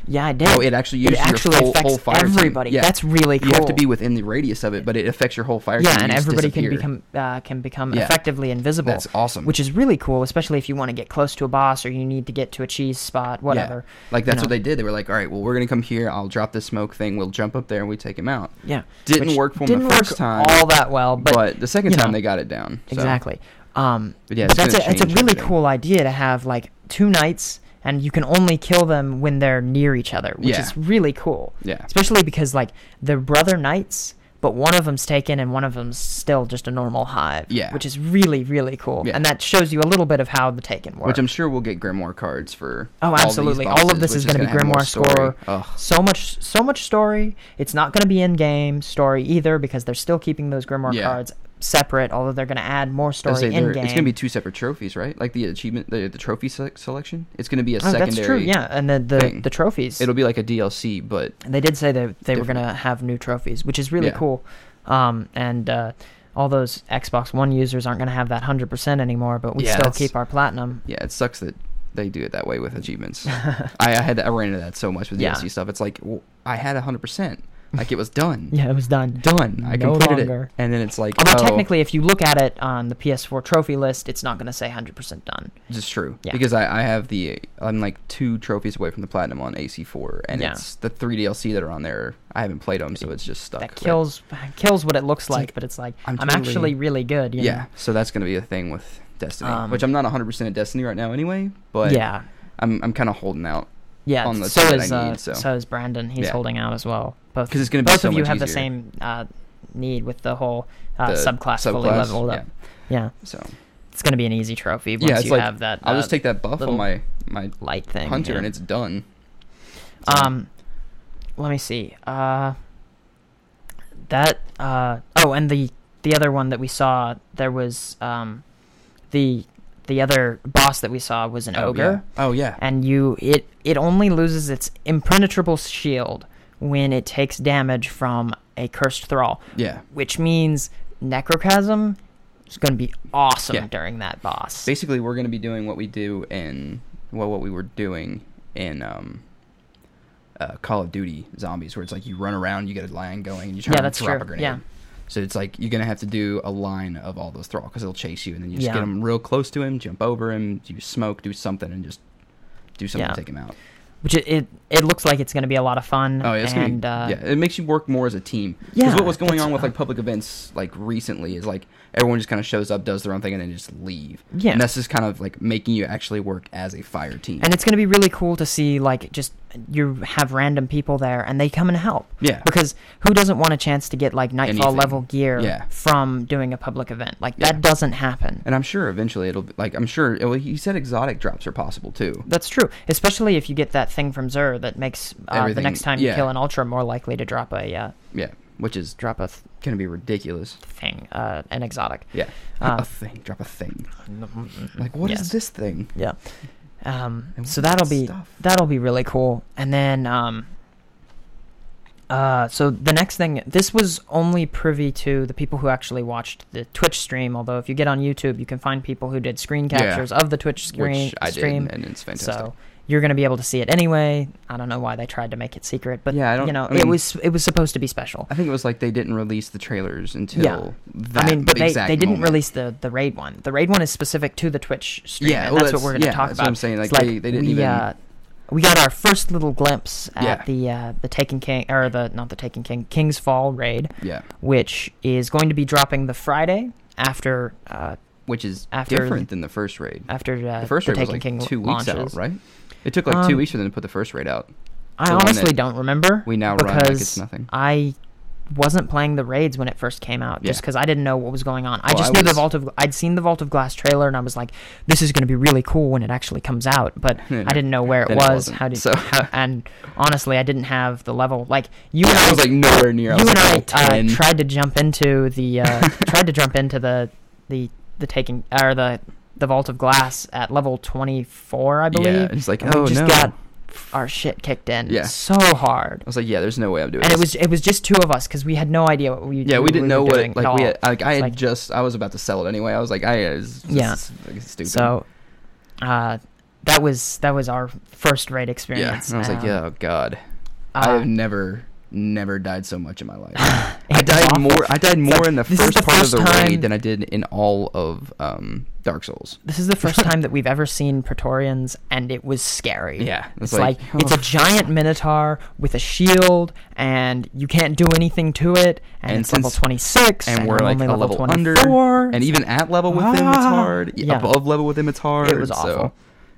Speaker 1: yeah i did
Speaker 2: Oh, it actually uses your
Speaker 1: actually
Speaker 2: whole,
Speaker 1: affects
Speaker 2: whole fire team.
Speaker 1: everybody
Speaker 2: Yeah.
Speaker 1: that's really cool
Speaker 2: You have to be within the radius of it, but it affects your whole fire team.
Speaker 1: yeah,
Speaker 2: You
Speaker 1: and
Speaker 2: just
Speaker 1: everybody can
Speaker 2: disappear.
Speaker 1: become uh, can become
Speaker 2: Yeah.
Speaker 1: effectively invisible.
Speaker 2: That's awesome.
Speaker 1: Which is really cool, especially if you want to get close to a boss or you need to get to a cheese spot,
Speaker 2: Yeah.
Speaker 1: whatever.
Speaker 2: Like
Speaker 1: you
Speaker 2: that's
Speaker 1: know.
Speaker 2: what they did. They were like, "All right, well, we're gonna come here. I'll drop this smoke thing. We'll jump up there and we take him out."
Speaker 1: Yeah,
Speaker 2: Didn't
Speaker 1: Which
Speaker 2: work for 'em
Speaker 1: didn't
Speaker 2: the first
Speaker 1: work
Speaker 2: time,
Speaker 1: all that well, but,
Speaker 2: But, the second
Speaker 1: you
Speaker 2: time
Speaker 1: know,
Speaker 2: they got it down. so.
Speaker 1: exactly. Um,
Speaker 2: But yeah,
Speaker 1: but
Speaker 2: it's
Speaker 1: that's
Speaker 2: gonna
Speaker 1: a, it's a
Speaker 2: change
Speaker 1: really
Speaker 2: everything.
Speaker 1: cool idea to have like two knights, and you can only kill them when they're near each other, which
Speaker 2: Yeah.
Speaker 1: is really cool.
Speaker 2: Yeah.
Speaker 1: especially because like they're brother knights. But one of them's taken, and one of them's still just a normal hive.
Speaker 2: Yeah.
Speaker 1: which is really, really cool,
Speaker 2: Yeah.
Speaker 1: and that shows you a little bit of how the taken work.
Speaker 2: Which I'm sure we'll get Grimoire cards for.
Speaker 1: Oh,
Speaker 2: all these
Speaker 1: absolutely. All,
Speaker 2: bosses,
Speaker 1: of this
Speaker 2: which
Speaker 1: is going to be
Speaker 2: gonna have more
Speaker 1: Grimoire
Speaker 2: story.
Speaker 1: score.
Speaker 2: Ugh.
Speaker 1: So much, so much story. It's not going to be in-game story either because they're still keeping those Grimoire
Speaker 2: Yeah.
Speaker 1: cards separate. Although they're going to add more
Speaker 2: I was
Speaker 1: story
Speaker 2: gonna say, they're-
Speaker 1: in-game.
Speaker 2: It's going to be two separate trophies, right? Like the achievement, the, the trophy se- selection. It's going to be a
Speaker 1: oh,
Speaker 2: secondary.
Speaker 1: that's true. Yeah, and the the,
Speaker 2: thing.
Speaker 1: the trophies.
Speaker 2: It'll be like a DLC, but
Speaker 1: they did say that they were
Speaker 2: different.
Speaker 1: going to have new trophies, which is really
Speaker 2: Yeah.
Speaker 1: cool. Um, and uh, all those Xbox One users aren't going to have that hundred percent anymore, but we
Speaker 2: Yeah,
Speaker 1: still
Speaker 2: that's-
Speaker 1: keep our platinum.
Speaker 2: yeah, it sucks that they do it that way with achievements.
Speaker 1: <laughs>
Speaker 2: I, I had to, I ran into that so much with
Speaker 1: Yeah.
Speaker 2: DLC stuff. It's like w I I had hundred percent, like it was done,
Speaker 1: Yeah, it was done.
Speaker 2: done. I
Speaker 1: No
Speaker 2: completed
Speaker 1: longer.
Speaker 2: it, and then it's like,
Speaker 1: Although
Speaker 2: oh,
Speaker 1: technically, if you look at it on the PS4 trophy list, it's not going to say hundred percent done.
Speaker 2: it's true
Speaker 1: Yeah.
Speaker 2: because I, I have the I'm like two trophies away from the platinum on AC4, and
Speaker 1: Yeah.
Speaker 2: it's the three DLC that are on there. I haven't played them, so it's just stuck.
Speaker 1: that
Speaker 2: but-
Speaker 1: kills kills what it looks like,
Speaker 2: like,
Speaker 1: but it's like I'm,
Speaker 2: I'm totally-
Speaker 1: actually really good. You
Speaker 2: yeah. so that's gonna be a thing with Destiny,
Speaker 1: Um,
Speaker 2: which I'm not hundred percent at Destiny right now anyway,
Speaker 1: know?
Speaker 2: but
Speaker 1: yeah,
Speaker 2: I'm I'm kind of holding out
Speaker 1: yeah.
Speaker 2: on the
Speaker 1: so
Speaker 2: two that I
Speaker 1: is uh,
Speaker 2: need,
Speaker 1: so.
Speaker 2: so.
Speaker 1: is Brandon. He's
Speaker 2: Yeah.
Speaker 1: holding out as well. Both
Speaker 2: 'Cause it's gonna be
Speaker 1: both
Speaker 2: so
Speaker 1: of you
Speaker 2: much
Speaker 1: have the
Speaker 2: easier.
Speaker 1: same uh, need with the whole uh,
Speaker 2: the
Speaker 1: subclass, fully
Speaker 2: subclass,
Speaker 1: leveled up. Yeah.
Speaker 2: So
Speaker 1: it's gonna be an easy trophy once
Speaker 2: yeah, it's
Speaker 1: you
Speaker 2: like
Speaker 1: have that.
Speaker 2: I'll
Speaker 1: uh,
Speaker 2: just take that buff
Speaker 1: little
Speaker 2: on my my
Speaker 1: light thing,
Speaker 2: hunter,
Speaker 1: yeah.
Speaker 2: and it's done. So,
Speaker 1: Um, let me see. Uh, that. Uh, oh, and the the other one that we saw, there was um, the the other boss that we saw was an
Speaker 2: oh,
Speaker 1: ogre.
Speaker 2: Yeah. Oh yeah.
Speaker 1: and you it it only loses its impenetrable shield when it takes damage from a cursed thrall
Speaker 2: yeah.
Speaker 1: which means necrochasm is going to be awesome
Speaker 2: Yeah.
Speaker 1: during that boss
Speaker 2: Basically, we're gonna be doing what we do in well, what we were doing in um. Uh, Call of Duty zombies, where it's like you run around, you get a line going, and you try
Speaker 1: Yeah,
Speaker 2: to
Speaker 1: that's
Speaker 2: drop
Speaker 1: true.
Speaker 2: a grenade.
Speaker 1: Yeah.
Speaker 2: So it's like you're gonna have to do a line of all those thrall because they'll chase you, and then you just
Speaker 1: Yeah.
Speaker 2: get them real close to him, jump over him, do smoke, do something, and just do something
Speaker 1: Yeah.
Speaker 2: to take him out.
Speaker 1: which it, it it looks like it's going to be a lot of fun
Speaker 2: Oh, yeah, it's
Speaker 1: and
Speaker 2: gonna
Speaker 1: uh,
Speaker 2: be, yeah, it makes you work more as a team.
Speaker 1: Yeah,
Speaker 2: Because what was going
Speaker 1: that's-
Speaker 2: on with like public events like recently is like everyone just kind of shows up, does their own thing, and then just leave.
Speaker 1: Yeah.
Speaker 2: and this is kind of like making you actually work as a fire team.
Speaker 1: and it's going to be really cool to see like just you have random people there and they come and help
Speaker 2: Yeah.
Speaker 1: because who doesn't want a chance to get like nightfall
Speaker 2: Anything.
Speaker 1: level gear
Speaker 2: Yeah.
Speaker 1: from doing a public event like
Speaker 2: Yeah.
Speaker 1: that doesn't happen
Speaker 2: and I'm sure eventually it'll be like I'm sure oh, well, he said exotic drops are possible too.
Speaker 1: That's true, especially if you get that thing from Xur that makes uh, the
Speaker 2: Everything-
Speaker 1: next time you
Speaker 2: yeah.
Speaker 1: kill an ultra more likely to drop a uh,
Speaker 2: Yeah, which is
Speaker 1: drop a th-
Speaker 2: gonna be ridiculous.
Speaker 1: thing, uh, an exotic.
Speaker 2: Yeah,
Speaker 1: Uh,
Speaker 2: <laughs> a thing, drop a thing. Like what is
Speaker 1: Yes.
Speaker 2: this thing?
Speaker 1: Yeah. Um,
Speaker 2: And
Speaker 1: so
Speaker 2: what
Speaker 1: that'll be
Speaker 2: stuff?
Speaker 1: that'll be really cool. And then, um, uh, so the next thing, this was only privy to the people who actually watched the Twitch stream. Although, if you get on YouTube, you can find people who did screen
Speaker 2: Yeah.
Speaker 1: captures of the Twitch screen
Speaker 2: Which I
Speaker 1: stream.
Speaker 2: did, and it's fantastic.
Speaker 1: So you're going to be able to see it anyway. I don't know why they tried to make it secret, but
Speaker 2: Yeah, I don't-
Speaker 1: you know, it
Speaker 2: I mean-
Speaker 1: was it was supposed to be special.
Speaker 2: I think it was like they didn't release the trailers until
Speaker 1: Yeah.
Speaker 2: that
Speaker 1: I mean, but they,
Speaker 2: exact
Speaker 1: they didn't
Speaker 2: moment.
Speaker 1: release the, the raid one. The raid one is specific to the Twitch stream.
Speaker 2: Yeah,
Speaker 1: and that's,
Speaker 2: well,
Speaker 1: what
Speaker 2: that's-
Speaker 1: we're going to
Speaker 2: yeah,
Speaker 1: talk
Speaker 2: that's
Speaker 1: about.
Speaker 2: what I'm saying, like,
Speaker 1: It's
Speaker 2: they- they didn't
Speaker 1: we,
Speaker 2: even-
Speaker 1: Uh, we got our first little glimpse at
Speaker 2: Yeah.
Speaker 1: the uh, the Taken King or the not the Taken King King's Fall raid,
Speaker 2: Yeah.
Speaker 1: which is going to be dropping the Friday after uh,
Speaker 2: which is
Speaker 1: After-
Speaker 2: different than the first raid.
Speaker 1: after uh,
Speaker 2: the first
Speaker 1: the
Speaker 2: raid was
Speaker 1: Taken
Speaker 2: like
Speaker 1: King
Speaker 2: two weeks
Speaker 1: launches.
Speaker 2: out, right? It took like two
Speaker 1: Um,
Speaker 2: weeks for them to put the first raid out.
Speaker 1: I
Speaker 2: The one
Speaker 1: honestly
Speaker 2: that
Speaker 1: don't remember.
Speaker 2: we now run
Speaker 1: because
Speaker 2: like it's nothing.
Speaker 1: I wasn't playing the raids when it first came out, just
Speaker 2: Yeah.
Speaker 1: because I didn't know what was going on. I
Speaker 2: Oh,
Speaker 1: just
Speaker 2: I
Speaker 1: knew the
Speaker 2: was-
Speaker 1: Vault of I'd seen the Vault of Glass trailer, and I was like, "This is going to be really cool when it actually comes out." But
Speaker 2: <laughs> Yeah.
Speaker 1: I didn't know where it
Speaker 2: Then it
Speaker 1: was.
Speaker 2: wasn't,
Speaker 1: how did
Speaker 2: so. <laughs>
Speaker 1: how, and honestly, I didn't have the level. Like you and I
Speaker 2: I was like "Mm, nowhere near. I
Speaker 1: you
Speaker 2: was
Speaker 1: and
Speaker 2: like, level
Speaker 1: I uh,
Speaker 2: 10.
Speaker 1: tried to jump into the
Speaker 2: <laughs>
Speaker 1: uh, tried to jump into the the the taking or the the vault of glass at level 24 i believe
Speaker 2: Yeah, it's like,
Speaker 1: and we
Speaker 2: oh,
Speaker 1: just
Speaker 2: no.
Speaker 1: got our shit kicked in
Speaker 2: Yeah.
Speaker 1: so hard
Speaker 2: I was like, yeah, there's no way I'm doing.
Speaker 1: and it was
Speaker 2: this.
Speaker 1: it was just two of us because we had no idea what we
Speaker 2: Yeah, we didn't
Speaker 1: were
Speaker 2: know what
Speaker 1: doing
Speaker 2: it, like
Speaker 1: at
Speaker 2: we
Speaker 1: all.
Speaker 2: had, like I had
Speaker 1: Like-
Speaker 2: just I was about to sell it anyway. I was like I is
Speaker 1: Yeah.
Speaker 2: like, stupid.
Speaker 1: so uh that was that was our first raid
Speaker 2: yeah,
Speaker 1: experience
Speaker 2: and I was like,
Speaker 1: um,
Speaker 2: yeah, oh god, I
Speaker 1: uh,
Speaker 2: have never never died so much in
Speaker 1: <laughs>
Speaker 2: my life.
Speaker 1: it
Speaker 2: I
Speaker 1: was
Speaker 2: died
Speaker 1: awful.
Speaker 2: more. I died
Speaker 1: like,
Speaker 2: more in the
Speaker 1: this is
Speaker 2: first
Speaker 1: the
Speaker 2: part
Speaker 1: first
Speaker 2: of the
Speaker 1: time-
Speaker 2: raid than I did in all of um, Dark Souls.
Speaker 1: this is the
Speaker 2: <laughs>
Speaker 1: first time that we've ever seen Praetorians, and it was scary.
Speaker 2: Yeah,
Speaker 1: it's,
Speaker 2: it's
Speaker 1: like,
Speaker 2: like, oh.
Speaker 1: it's a giant minotaur with a shield, and you can't do anything to it. And,
Speaker 2: And
Speaker 1: it's level
Speaker 2: since-
Speaker 1: twenty six,
Speaker 2: And we're
Speaker 1: I'm
Speaker 2: like
Speaker 1: only
Speaker 2: a level under, and even at level with them, it's
Speaker 1: Ah,
Speaker 2: hard. Yeah,
Speaker 1: yeah.
Speaker 2: Above level with them, it's hard.
Speaker 1: was awful.
Speaker 2: So,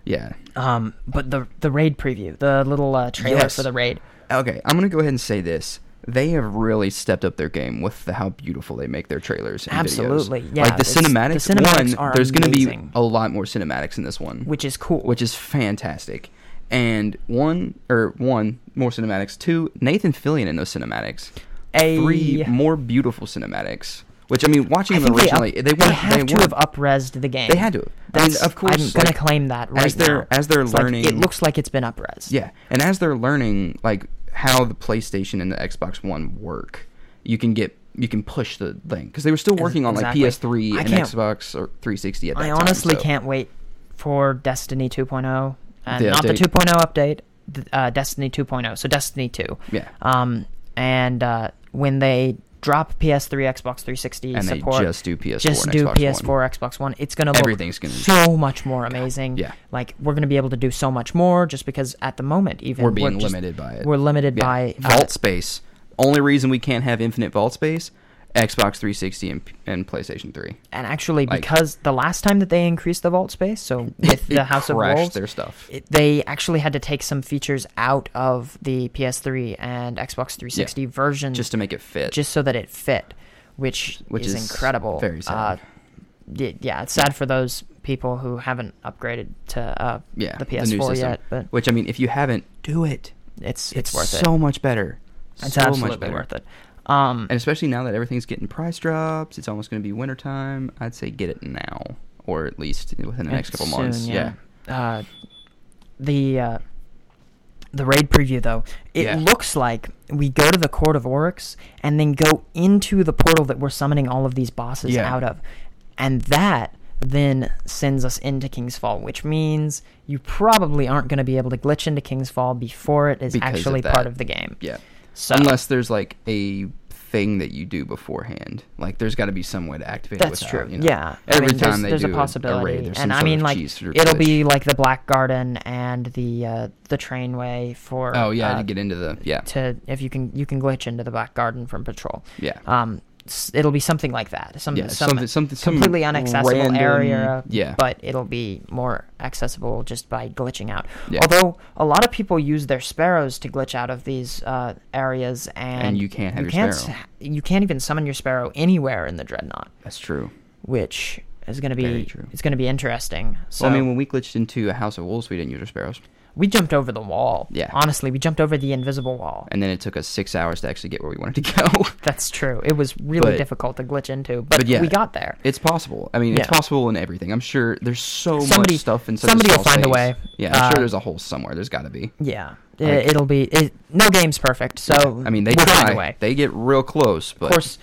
Speaker 2: yeah.
Speaker 1: um, but the the raid preview, the little uh, trailer
Speaker 2: Yes.
Speaker 1: for the raid,
Speaker 2: Okay, I'm gonna go ahead and say this. They have really stepped up their game with the, how beautiful they make their trailers. And videos.
Speaker 1: Absolutely, yeah,
Speaker 2: Like the
Speaker 1: it's- the
Speaker 2: cinematics.
Speaker 1: cinematics
Speaker 2: one,
Speaker 1: are
Speaker 2: there's gonna
Speaker 1: amazing.
Speaker 2: be a lot more cinematics in this one,
Speaker 1: which is cool.
Speaker 2: which is fantastic. And one or one more cinematics. Two, Nathan Fillion in those cinematics.
Speaker 1: a
Speaker 2: Three more beautiful cinematics. Which I mean, watching
Speaker 1: I
Speaker 2: them
Speaker 1: think they, up,
Speaker 2: originally,
Speaker 1: they,
Speaker 2: they, were,
Speaker 1: have
Speaker 2: they
Speaker 1: to
Speaker 2: were-
Speaker 1: have upresed the game.
Speaker 2: They had to. have.
Speaker 1: That's,
Speaker 2: and of course,
Speaker 1: I'm gonna
Speaker 2: like,
Speaker 1: claim that right
Speaker 2: as they're
Speaker 1: now.
Speaker 2: as they're
Speaker 1: It's like,
Speaker 2: learning,
Speaker 1: it looks like it's been upresed.
Speaker 2: yeah, and as they're learning like how the PlayStation and the Xbox One work, you can get you can push the thing because they were still working on
Speaker 1: exactly.
Speaker 2: like PS3
Speaker 1: I
Speaker 2: and
Speaker 1: can't-
Speaker 2: Xbox or 360 at that
Speaker 1: I
Speaker 2: time.
Speaker 1: honestly
Speaker 2: so-
Speaker 1: can't wait for Destiny 2.0 and
Speaker 2: The
Speaker 1: not the
Speaker 2: update.
Speaker 1: 2.0 update, th- uh, Destiny 2.0. So Destiny 2.
Speaker 2: Yeah.
Speaker 1: Um, and uh, when they drop PS3, Xbox 360
Speaker 2: And they
Speaker 1: support,
Speaker 2: just do PS4
Speaker 1: just
Speaker 2: and
Speaker 1: do
Speaker 2: Xbox
Speaker 1: PS4, Xbox One. It's gonna
Speaker 2: Everything's
Speaker 1: look
Speaker 2: gonna be-
Speaker 1: so much more amazing.
Speaker 2: yeah.
Speaker 1: Like we're gonna be able to do so much more just because at the moment even
Speaker 2: We're being
Speaker 1: just-
Speaker 2: limited by it.
Speaker 1: We're limited
Speaker 2: Yeah.
Speaker 1: by uh,
Speaker 2: vault space. Only reason we can't have infinite vault space, Xbox 360 and, and PlayStation 3.
Speaker 1: and actually
Speaker 2: Like-
Speaker 1: because the last time that they increased the vault space
Speaker 2: <laughs>
Speaker 1: so with
Speaker 2: It
Speaker 1: the house of
Speaker 2: crashed
Speaker 1: wolves
Speaker 2: their stuff.
Speaker 1: it- they actually had to take some features out of the ps3 and xbox 360
Speaker 2: Yeah.
Speaker 1: version
Speaker 2: Just to make it fit.
Speaker 1: just so that it fit which,
Speaker 2: Which
Speaker 1: is,
Speaker 2: is
Speaker 1: incredible
Speaker 2: very sad.
Speaker 1: uh, y- yeah it's sad for those people who haven't upgraded to uh,
Speaker 2: yeah,
Speaker 1: the
Speaker 2: new
Speaker 1: ps4
Speaker 2: system.
Speaker 1: yet but
Speaker 2: Which I mean, if you haven't, do it.
Speaker 1: it's it's, worth
Speaker 2: so
Speaker 1: it
Speaker 2: much better.
Speaker 1: it's
Speaker 2: so
Speaker 1: absolutely
Speaker 2: much better.
Speaker 1: worth it um
Speaker 2: And especially now that everything's getting price drops, it's almost going to be wintertime. I'd say get it now, or at least within the next couple
Speaker 1: Soon,
Speaker 2: months. Yeah.
Speaker 1: Uh, the uh, the raid preview though, it
Speaker 2: Yeah.
Speaker 1: looks like we go to the Court of Oryx and then go into the portal that we're summoning all of these bosses
Speaker 2: Yeah.
Speaker 1: out of, and that then sends us into King's Fall, which means you probably aren't going to be able to glitch into King's Fall before it is
Speaker 2: Because of
Speaker 1: actually
Speaker 2: that.
Speaker 1: part of the game.
Speaker 2: Yeah.
Speaker 1: So
Speaker 2: Unless there's like a thing that you do beforehand, like there's got to be some way to activate.
Speaker 1: That's
Speaker 2: it without,
Speaker 1: true.
Speaker 2: you know.
Speaker 1: Yeah.
Speaker 2: Every
Speaker 1: I mean,
Speaker 2: time
Speaker 1: there's,
Speaker 2: they
Speaker 1: there's
Speaker 2: do
Speaker 1: a
Speaker 2: a-
Speaker 1: possibility,
Speaker 2: a raid, there's some
Speaker 1: and I
Speaker 2: sort
Speaker 1: mean,
Speaker 2: of
Speaker 1: like
Speaker 2: cheese or
Speaker 1: it'll be
Speaker 2: glitch.
Speaker 1: like the Black Garden and the uh, the trainway for.
Speaker 2: Oh yeah,
Speaker 1: uh,
Speaker 2: to get into the yeah.
Speaker 1: to if you can you can glitch into the Black Garden from patrol.
Speaker 2: Yeah.
Speaker 1: Um, s- it'll be something like that. Some
Speaker 2: Yeah,
Speaker 1: some
Speaker 2: something- something- some
Speaker 1: completely inaccessible
Speaker 2: random-
Speaker 1: area.
Speaker 2: yeah.
Speaker 1: But it'll be more accessible just by glitching out.
Speaker 2: Yeah.
Speaker 1: Although a lot of people use their sparrows to glitch out of these uh, areas, and,
Speaker 2: you can't have your
Speaker 1: s-
Speaker 2: sparrow.
Speaker 1: You can't even summon your sparrow anywhere in the Dreadnought
Speaker 2: That's true.
Speaker 1: which is going to
Speaker 2: Very
Speaker 1: be
Speaker 2: true.
Speaker 1: it's going to be interesting. So
Speaker 2: well, I mean, when we glitched into a House of Wolves, we didn't use our sparrows,
Speaker 1: we jumped over the wall.
Speaker 2: Yeah.
Speaker 1: honestly, we jumped over the invisible wall.
Speaker 2: and then it took us six hours to actually get where we wanted to go.
Speaker 1: That's true. It was really
Speaker 2: But-
Speaker 1: difficult to glitch into, but,
Speaker 2: but yeah,
Speaker 1: we got there.
Speaker 2: It's possible. I mean, it's
Speaker 1: Yeah.
Speaker 2: possible in everything. I'm sure there's so
Speaker 1: Somebody-
Speaker 2: much stuff in such
Speaker 1: somebody
Speaker 2: a
Speaker 1: will
Speaker 2: small
Speaker 1: find a way.
Speaker 2: space. Yeah, I'm
Speaker 1: Uh,
Speaker 2: sure there's a hole somewhere. There's got to be.
Speaker 1: yeah, I-
Speaker 2: Like-
Speaker 1: it'll be it, no game's perfect. So
Speaker 2: I mean, they
Speaker 1: we'll
Speaker 2: try.
Speaker 1: find a way.
Speaker 2: They get real close, but
Speaker 1: of course,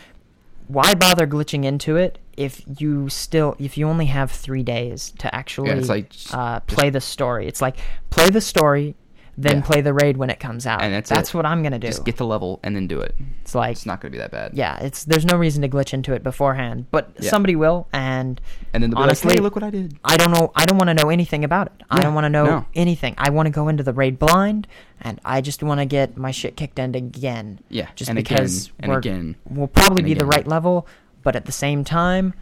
Speaker 1: why bother glitching into it if you still if you only have three days to actually
Speaker 2: like, just-
Speaker 1: uh,
Speaker 2: just-
Speaker 1: play the story? It's like play the story, then
Speaker 2: Yeah.
Speaker 1: play the raid when it comes out.
Speaker 2: And that's it.
Speaker 1: uh, what I'm gonna do.
Speaker 2: just get the level and then do it.
Speaker 1: it's like
Speaker 2: It's not going to be that bad.
Speaker 1: yeah, it's there's no reason to glitch into it beforehand, but
Speaker 2: Yeah.
Speaker 1: somebody will, and
Speaker 2: And then they'll be
Speaker 1: honestly,
Speaker 2: like, hey, look what I did.
Speaker 1: I don't know. I don't want to know anything about it. I
Speaker 2: Yeah,
Speaker 1: don't want to know
Speaker 2: no.
Speaker 1: anything. I want to go into the raid blind, and I just want to get my shit kicked in again.
Speaker 2: Yeah,
Speaker 1: just
Speaker 2: and again,
Speaker 1: because
Speaker 2: and
Speaker 1: we're,
Speaker 2: again,
Speaker 1: we'll probably
Speaker 2: and
Speaker 1: be the
Speaker 2: again.
Speaker 1: right level, but at the same time,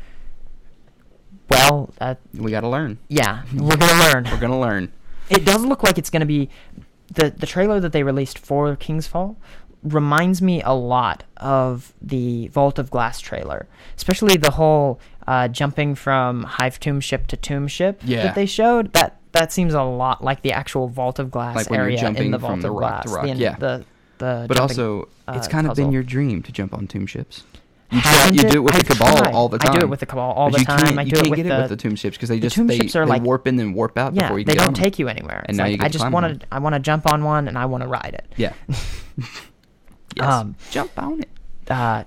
Speaker 1: well, uh,
Speaker 2: We gotta learn.
Speaker 1: yeah, we're gonna learn.
Speaker 2: We're gonna learn.
Speaker 1: It does look like it's going to be the the trailer that they released for King's Fall reminds me a lot of the Vault of Glass trailer, especially the whole uh, jumping from Hive Tomb ship to Tomb ship
Speaker 2: Yeah.
Speaker 1: that they showed. That that seems a lot like the actual Vault of Glass
Speaker 2: Like when you're
Speaker 1: area
Speaker 2: jumping
Speaker 1: in the
Speaker 2: from
Speaker 1: Vault of
Speaker 2: the rock
Speaker 1: Glass.
Speaker 2: to rock,
Speaker 1: the,
Speaker 2: yeah.
Speaker 1: The, the
Speaker 2: But
Speaker 1: jumping-
Speaker 2: also, it's
Speaker 1: uh,
Speaker 2: kind of been
Speaker 1: puzzle.
Speaker 2: your dream to jump on tomb ships. You, try,
Speaker 1: Haven't
Speaker 2: you do it with
Speaker 1: I've
Speaker 2: the cabal
Speaker 1: tried.
Speaker 2: all the time.
Speaker 1: I do it with the cabal all
Speaker 2: But
Speaker 1: the
Speaker 2: you
Speaker 1: time.
Speaker 2: Can't,
Speaker 1: I
Speaker 2: you
Speaker 1: do
Speaker 2: can't
Speaker 1: it with
Speaker 2: get
Speaker 1: the,
Speaker 2: it with the tomb ships because they just
Speaker 1: tomb
Speaker 2: they,
Speaker 1: ships are
Speaker 2: they
Speaker 1: like-
Speaker 2: warp in and warp out
Speaker 1: yeah,
Speaker 2: before you
Speaker 1: they
Speaker 2: get
Speaker 1: don't
Speaker 2: on them.
Speaker 1: take you anywhere.
Speaker 2: And
Speaker 1: It's
Speaker 2: now
Speaker 1: like,
Speaker 2: you get
Speaker 1: I
Speaker 2: to
Speaker 1: just
Speaker 2: climb
Speaker 1: wanna-
Speaker 2: on it.
Speaker 1: I want to jump on one and I want to ride it.
Speaker 2: Yeah. <laughs> yes.
Speaker 1: Um,
Speaker 2: jump on it.
Speaker 1: <laughs> Uh,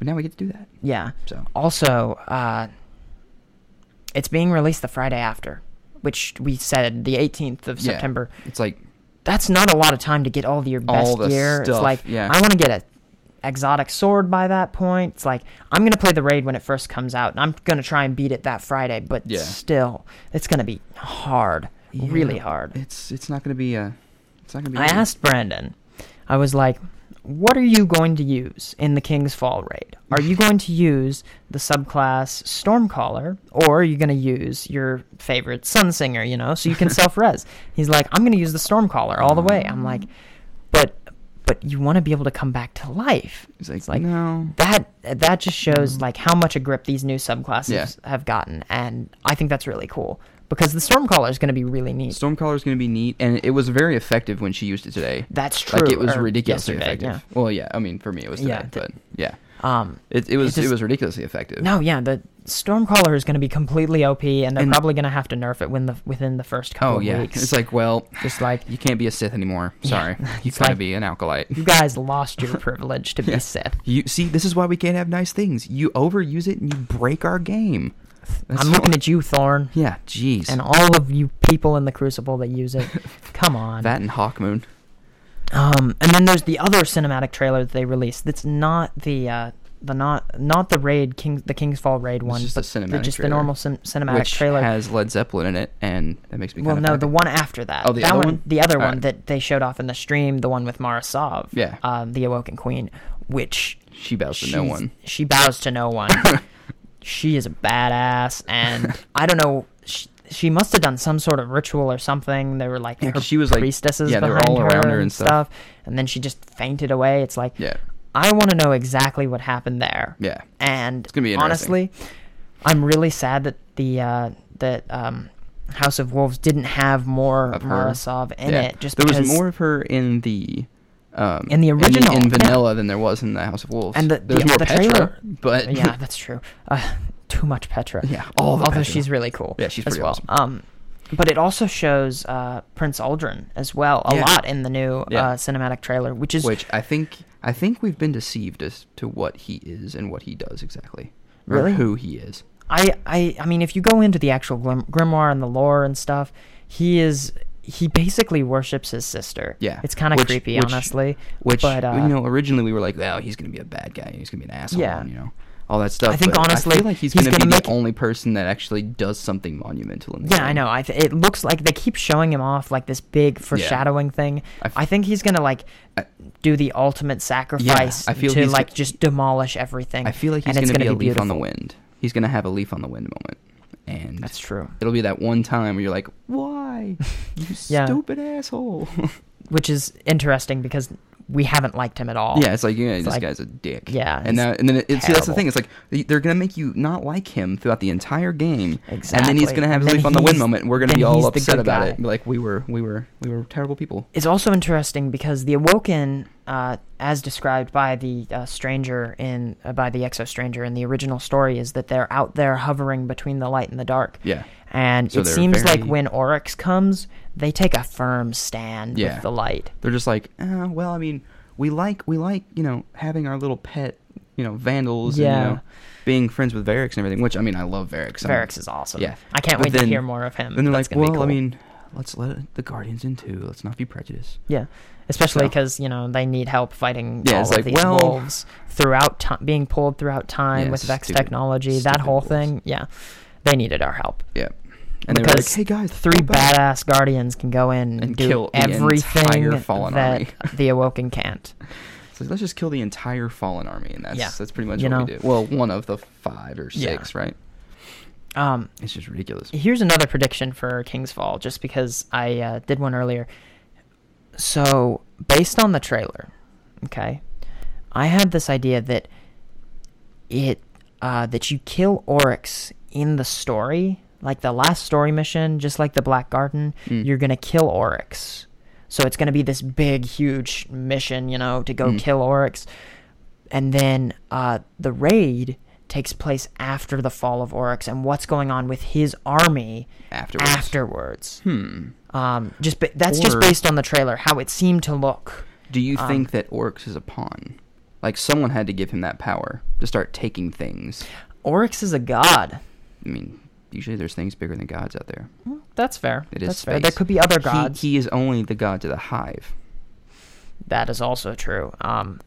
Speaker 2: But now we get to do that.
Speaker 1: yeah.
Speaker 2: So
Speaker 1: Also, uh, it's being released the Friday after, which we said the 18th of
Speaker 2: yeah.
Speaker 1: September.
Speaker 2: It's like
Speaker 1: That's not a lot of time to get all of your best
Speaker 2: All the
Speaker 1: gear.
Speaker 2: stuff,
Speaker 1: It's like
Speaker 2: yeah.
Speaker 1: I want to get a exotic sword by that point. It's like I'm gonna play the raid when it first comes out, and I'm gonna try and beat it that Friday. But
Speaker 2: Yeah.
Speaker 1: still, it's gonna be hard, really
Speaker 2: yeah,
Speaker 1: hard.
Speaker 2: It's it's not gonna be a. It's not gonna be.
Speaker 1: I
Speaker 2: easy.
Speaker 1: asked Brandon, I was like, what are you going to use in the King's Fall raid? Are you going to use the subclass Stormcaller, or are you going to use your favorite Sunsinger, you know, so you can
Speaker 2: <laughs>
Speaker 1: self res? He's like, I'm going to use the Stormcaller all the way. I'm like, but. But you want to be able to come back to life.
Speaker 2: It's like, no.
Speaker 1: that. That just shows like how much a grip these new subclasses
Speaker 2: Yeah.
Speaker 1: have gotten, and I think that's really cool because the Stormcaller is going to be really neat.
Speaker 2: Stormcaller is going to be neat, and it was very effective when she used it today.
Speaker 1: That's
Speaker 2: Like
Speaker 1: true,
Speaker 2: it was
Speaker 1: or
Speaker 2: ridiculously
Speaker 1: yesterday,
Speaker 2: effective. Well, yeah. I mean, for me, it was today,
Speaker 1: Yeah, th-
Speaker 2: but yeah,
Speaker 1: Um,
Speaker 2: it, it was
Speaker 1: it
Speaker 2: it,
Speaker 1: just-
Speaker 2: was ridiculously effective.
Speaker 1: No, yeah, the Stormcaller is going to be completely OP, and they're
Speaker 2: And-
Speaker 1: probably going to have to nerf it when the within the first couple
Speaker 2: Oh
Speaker 1: of
Speaker 2: yeah,
Speaker 1: weeks.
Speaker 2: it's like well,
Speaker 1: just like
Speaker 2: <sighs> you can't be a Sith anymore. Sorry, you
Speaker 1: <laughs> it's
Speaker 2: gotta
Speaker 1: like-
Speaker 2: be an Alkalite.
Speaker 1: you guys lost
Speaker 2: <laughs>
Speaker 1: your privilege to be
Speaker 2: Yeah.
Speaker 1: Sith.
Speaker 2: You see, this is why we can't have nice things. You overuse it and you break our game. That's
Speaker 1: I'm
Speaker 2: all-
Speaker 1: looking at you, Thorn,
Speaker 2: Yeah, jeez.
Speaker 1: and all of you people in the Crucible that use
Speaker 2: <laughs>
Speaker 1: it. Come on.
Speaker 2: that and Hawkmoon.
Speaker 1: Um, and then there's the other cinematic trailer that they released. That's not the uh, the not not the raid King the King's Fall raid one,
Speaker 2: just a
Speaker 1: but the-
Speaker 2: cinematic
Speaker 1: just the
Speaker 2: trailer,
Speaker 1: normal cin- cinematic
Speaker 2: which
Speaker 1: trailer.
Speaker 2: has Led Zeppelin in it, and that makes me.
Speaker 1: well,
Speaker 2: kind of
Speaker 1: no, the
Speaker 2: <laughs>
Speaker 1: one after that.
Speaker 2: Oh, the
Speaker 1: that
Speaker 2: other one?
Speaker 1: The other
Speaker 2: All
Speaker 1: one
Speaker 2: right.
Speaker 1: that they showed off in the stream, the one with Marasov.
Speaker 2: Yeah.
Speaker 1: Um, the Awoken Queen, which
Speaker 2: she bows to no
Speaker 1: she's-
Speaker 2: one.
Speaker 1: She bows to no
Speaker 2: <laughs>
Speaker 1: one. she is a badass, and I don't know. She, she must have done some sort of ritual or something. They were like,
Speaker 2: Yeah,
Speaker 1: her
Speaker 2: 'cause she was, like-
Speaker 1: priestesses
Speaker 2: yeah, they were
Speaker 1: behind
Speaker 2: all
Speaker 1: her
Speaker 2: around her
Speaker 1: and
Speaker 2: and
Speaker 1: stuff.
Speaker 2: stuff.
Speaker 1: and then she just fainted away. It's like,
Speaker 2: Yeah.
Speaker 1: I want to know exactly what happened there.
Speaker 2: Yeah.
Speaker 1: and it's
Speaker 2: gonna be interesting.
Speaker 1: honestly, I'm really sad that the uh, that um, House of Wolves didn't have more
Speaker 2: of her.
Speaker 1: Morosov in
Speaker 2: Yeah.
Speaker 1: it. Just
Speaker 2: there
Speaker 1: because
Speaker 2: was more of her in the um,
Speaker 1: In the original,
Speaker 2: in,
Speaker 1: yeah.
Speaker 2: vanilla than there was in the House of Wolves.
Speaker 1: and the,
Speaker 2: there was
Speaker 1: the,
Speaker 2: more
Speaker 1: the
Speaker 2: Petra,
Speaker 1: trailer,
Speaker 2: but <laughs>
Speaker 1: yeah, that's true. Uh, too much Petra.
Speaker 2: Yeah, all the
Speaker 1: although
Speaker 2: Petra.
Speaker 1: she's really cool.
Speaker 2: Yeah, she's
Speaker 1: as
Speaker 2: pretty
Speaker 1: well.
Speaker 2: awesome.
Speaker 1: Um, but it also shows uh, Prince Aldrin as well a
Speaker 2: Yeah.
Speaker 1: lot in the new
Speaker 2: Yeah.
Speaker 1: uh, cinematic trailer, which is
Speaker 2: which I think I think we've been deceived as to what he is and what he does exactly, or
Speaker 1: Really?
Speaker 2: who he is.
Speaker 1: I, I I mean, if you go into the actual glim- grimoire and the lore and stuff, he is he basically worships his sister.
Speaker 2: Yeah,
Speaker 1: it's kind of
Speaker 2: Which-
Speaker 1: creepy,
Speaker 2: which-
Speaker 1: honestly.
Speaker 2: Which
Speaker 1: but uh,
Speaker 2: you know, originally we were like, "Wow, he's gonna be a bad guy. He's gonna be an asshole."
Speaker 1: Yeah.
Speaker 2: and, you know, all that stuff.
Speaker 1: I think
Speaker 2: but I
Speaker 1: honestly,
Speaker 2: feel like he's,
Speaker 1: he's
Speaker 2: gonna,
Speaker 1: gonna
Speaker 2: be
Speaker 1: make-
Speaker 2: the only person that actually does something monumental. In the
Speaker 1: yeah, I
Speaker 2: game.
Speaker 1: know. I th- it looks like they keep showing him off like this big foreshadowing thing.
Speaker 2: I f-
Speaker 1: I think he's gonna like
Speaker 2: I-
Speaker 1: do the ultimate sacrifice
Speaker 2: I feel
Speaker 1: to
Speaker 2: he's-
Speaker 1: like just demolish everything.
Speaker 2: I feel like he's
Speaker 1: and it's
Speaker 2: gonna, be a
Speaker 1: gonna
Speaker 2: leaf on the
Speaker 1: beautiful.
Speaker 2: wind. He's gonna have a leaf on the wind moment, and
Speaker 1: That's true.
Speaker 2: It'll be that one time where you're like,
Speaker 1: <laughs>
Speaker 2: "Why, you
Speaker 1: Yeah.
Speaker 2: stupid asshole?" <laughs>
Speaker 1: Which is interesting because we haven't liked him at all.
Speaker 2: yeah, it's like, yeah, this
Speaker 1: like-
Speaker 2: guy's a dick.
Speaker 1: yeah,
Speaker 2: and
Speaker 1: he's
Speaker 2: now and then it, it- see that's
Speaker 1: terrible.
Speaker 2: the thing. It's like they- they're gonna make you not like him throughout the entire game, and then he's
Speaker 1: Exactly.
Speaker 2: gonna have his
Speaker 1: Then
Speaker 2: leaf on the wind
Speaker 1: he's-
Speaker 2: moment, and we're gonna
Speaker 1: then
Speaker 2: be all
Speaker 1: he's the
Speaker 2: upset
Speaker 1: good
Speaker 2: about
Speaker 1: guy.
Speaker 2: it. Be like we were, we were, we were terrible people.
Speaker 1: It's also interesting because the Awoken, uh, as described by the uh, stranger in uh, by the Exo Stranger in the original story, is that they're out there hovering between the light and the dark.
Speaker 2: Yeah.
Speaker 1: and
Speaker 2: So
Speaker 1: it
Speaker 2: they're
Speaker 1: seems like
Speaker 2: very-
Speaker 1: when Oryx comes, they take a firm stand
Speaker 2: Yeah.
Speaker 1: with the light.
Speaker 2: They're just like, uh, well, I mean, we like we like you know having our little pet, you know, vandals.
Speaker 1: Yeah.
Speaker 2: and, you know, being friends with Varix and everything. Which I mean, I love Varix. I'm-
Speaker 1: Varix is awesome.
Speaker 2: Yeah,
Speaker 1: I can't
Speaker 2: But
Speaker 1: wait to
Speaker 2: then-
Speaker 1: hear more of him.
Speaker 2: Then they're
Speaker 1: That's
Speaker 2: like,
Speaker 1: gonna
Speaker 2: well,
Speaker 1: be
Speaker 2: I
Speaker 1: cool.
Speaker 2: mean, let's let the Guardians in too. Let's not be prejudiced.
Speaker 1: Yeah, especially
Speaker 2: So-
Speaker 1: because you know they need help fighting
Speaker 2: Yeah,
Speaker 1: all
Speaker 2: it's
Speaker 1: of
Speaker 2: like,
Speaker 1: these
Speaker 2: well-
Speaker 1: wolves throughout time, being pulled throughout time
Speaker 2: Yeah,
Speaker 1: with Vex
Speaker 2: stupid-
Speaker 1: technology. that
Speaker 2: stupid
Speaker 1: whole
Speaker 2: wolves.
Speaker 1: thing, yeah, they needed our help.
Speaker 2: Yeah. And they were like,
Speaker 1: Because
Speaker 2: hey guys,
Speaker 1: Three
Speaker 2: go back."
Speaker 1: badass guardians can go in and,
Speaker 2: And
Speaker 1: do
Speaker 2: kill the
Speaker 1: everything
Speaker 2: entire
Speaker 1: that
Speaker 2: fallen army. <laughs>
Speaker 1: the Awoken can't.
Speaker 2: It's like, let's just kill the entire fallen army, and that's
Speaker 1: Yeah.
Speaker 2: that's pretty much
Speaker 1: You
Speaker 2: what
Speaker 1: know?
Speaker 2: we do. Well, one of the five or six,
Speaker 1: Yeah.
Speaker 2: right?
Speaker 1: Um,
Speaker 2: It's just ridiculous.
Speaker 1: here's another prediction for King's Fall, just because I uh, did one earlier. So, based on the trailer, okay, I had this idea that it uh, that you kill Oryx in the story, like the last story mission, just like the Black Garden,
Speaker 2: Mm.
Speaker 1: you're gonna kill Oryx. So it's gonna be this big, huge mission, you know, to go
Speaker 2: Mm.
Speaker 1: kill Oryx, and then uh, the raid takes place after the fall of Oryx and what's going on with his army
Speaker 2: Afterwards.
Speaker 1: afterwards.
Speaker 2: Hmm.
Speaker 1: Um, just ba- that's just
Speaker 2: Or-
Speaker 1: based on the trailer, how it seemed to look.
Speaker 2: Do you
Speaker 1: Um,
Speaker 2: think that Oryx is a pawn? Like someone had to give him that power to start taking things.
Speaker 1: Oryx is a god.
Speaker 2: I mean, usually there's things bigger than gods out there.
Speaker 1: Mm, That's fair.
Speaker 2: It is
Speaker 1: that's
Speaker 2: space.
Speaker 1: fair. There could be other
Speaker 2: He-
Speaker 1: gods.
Speaker 2: He, is only the god to the hive.
Speaker 1: that is also true. Um,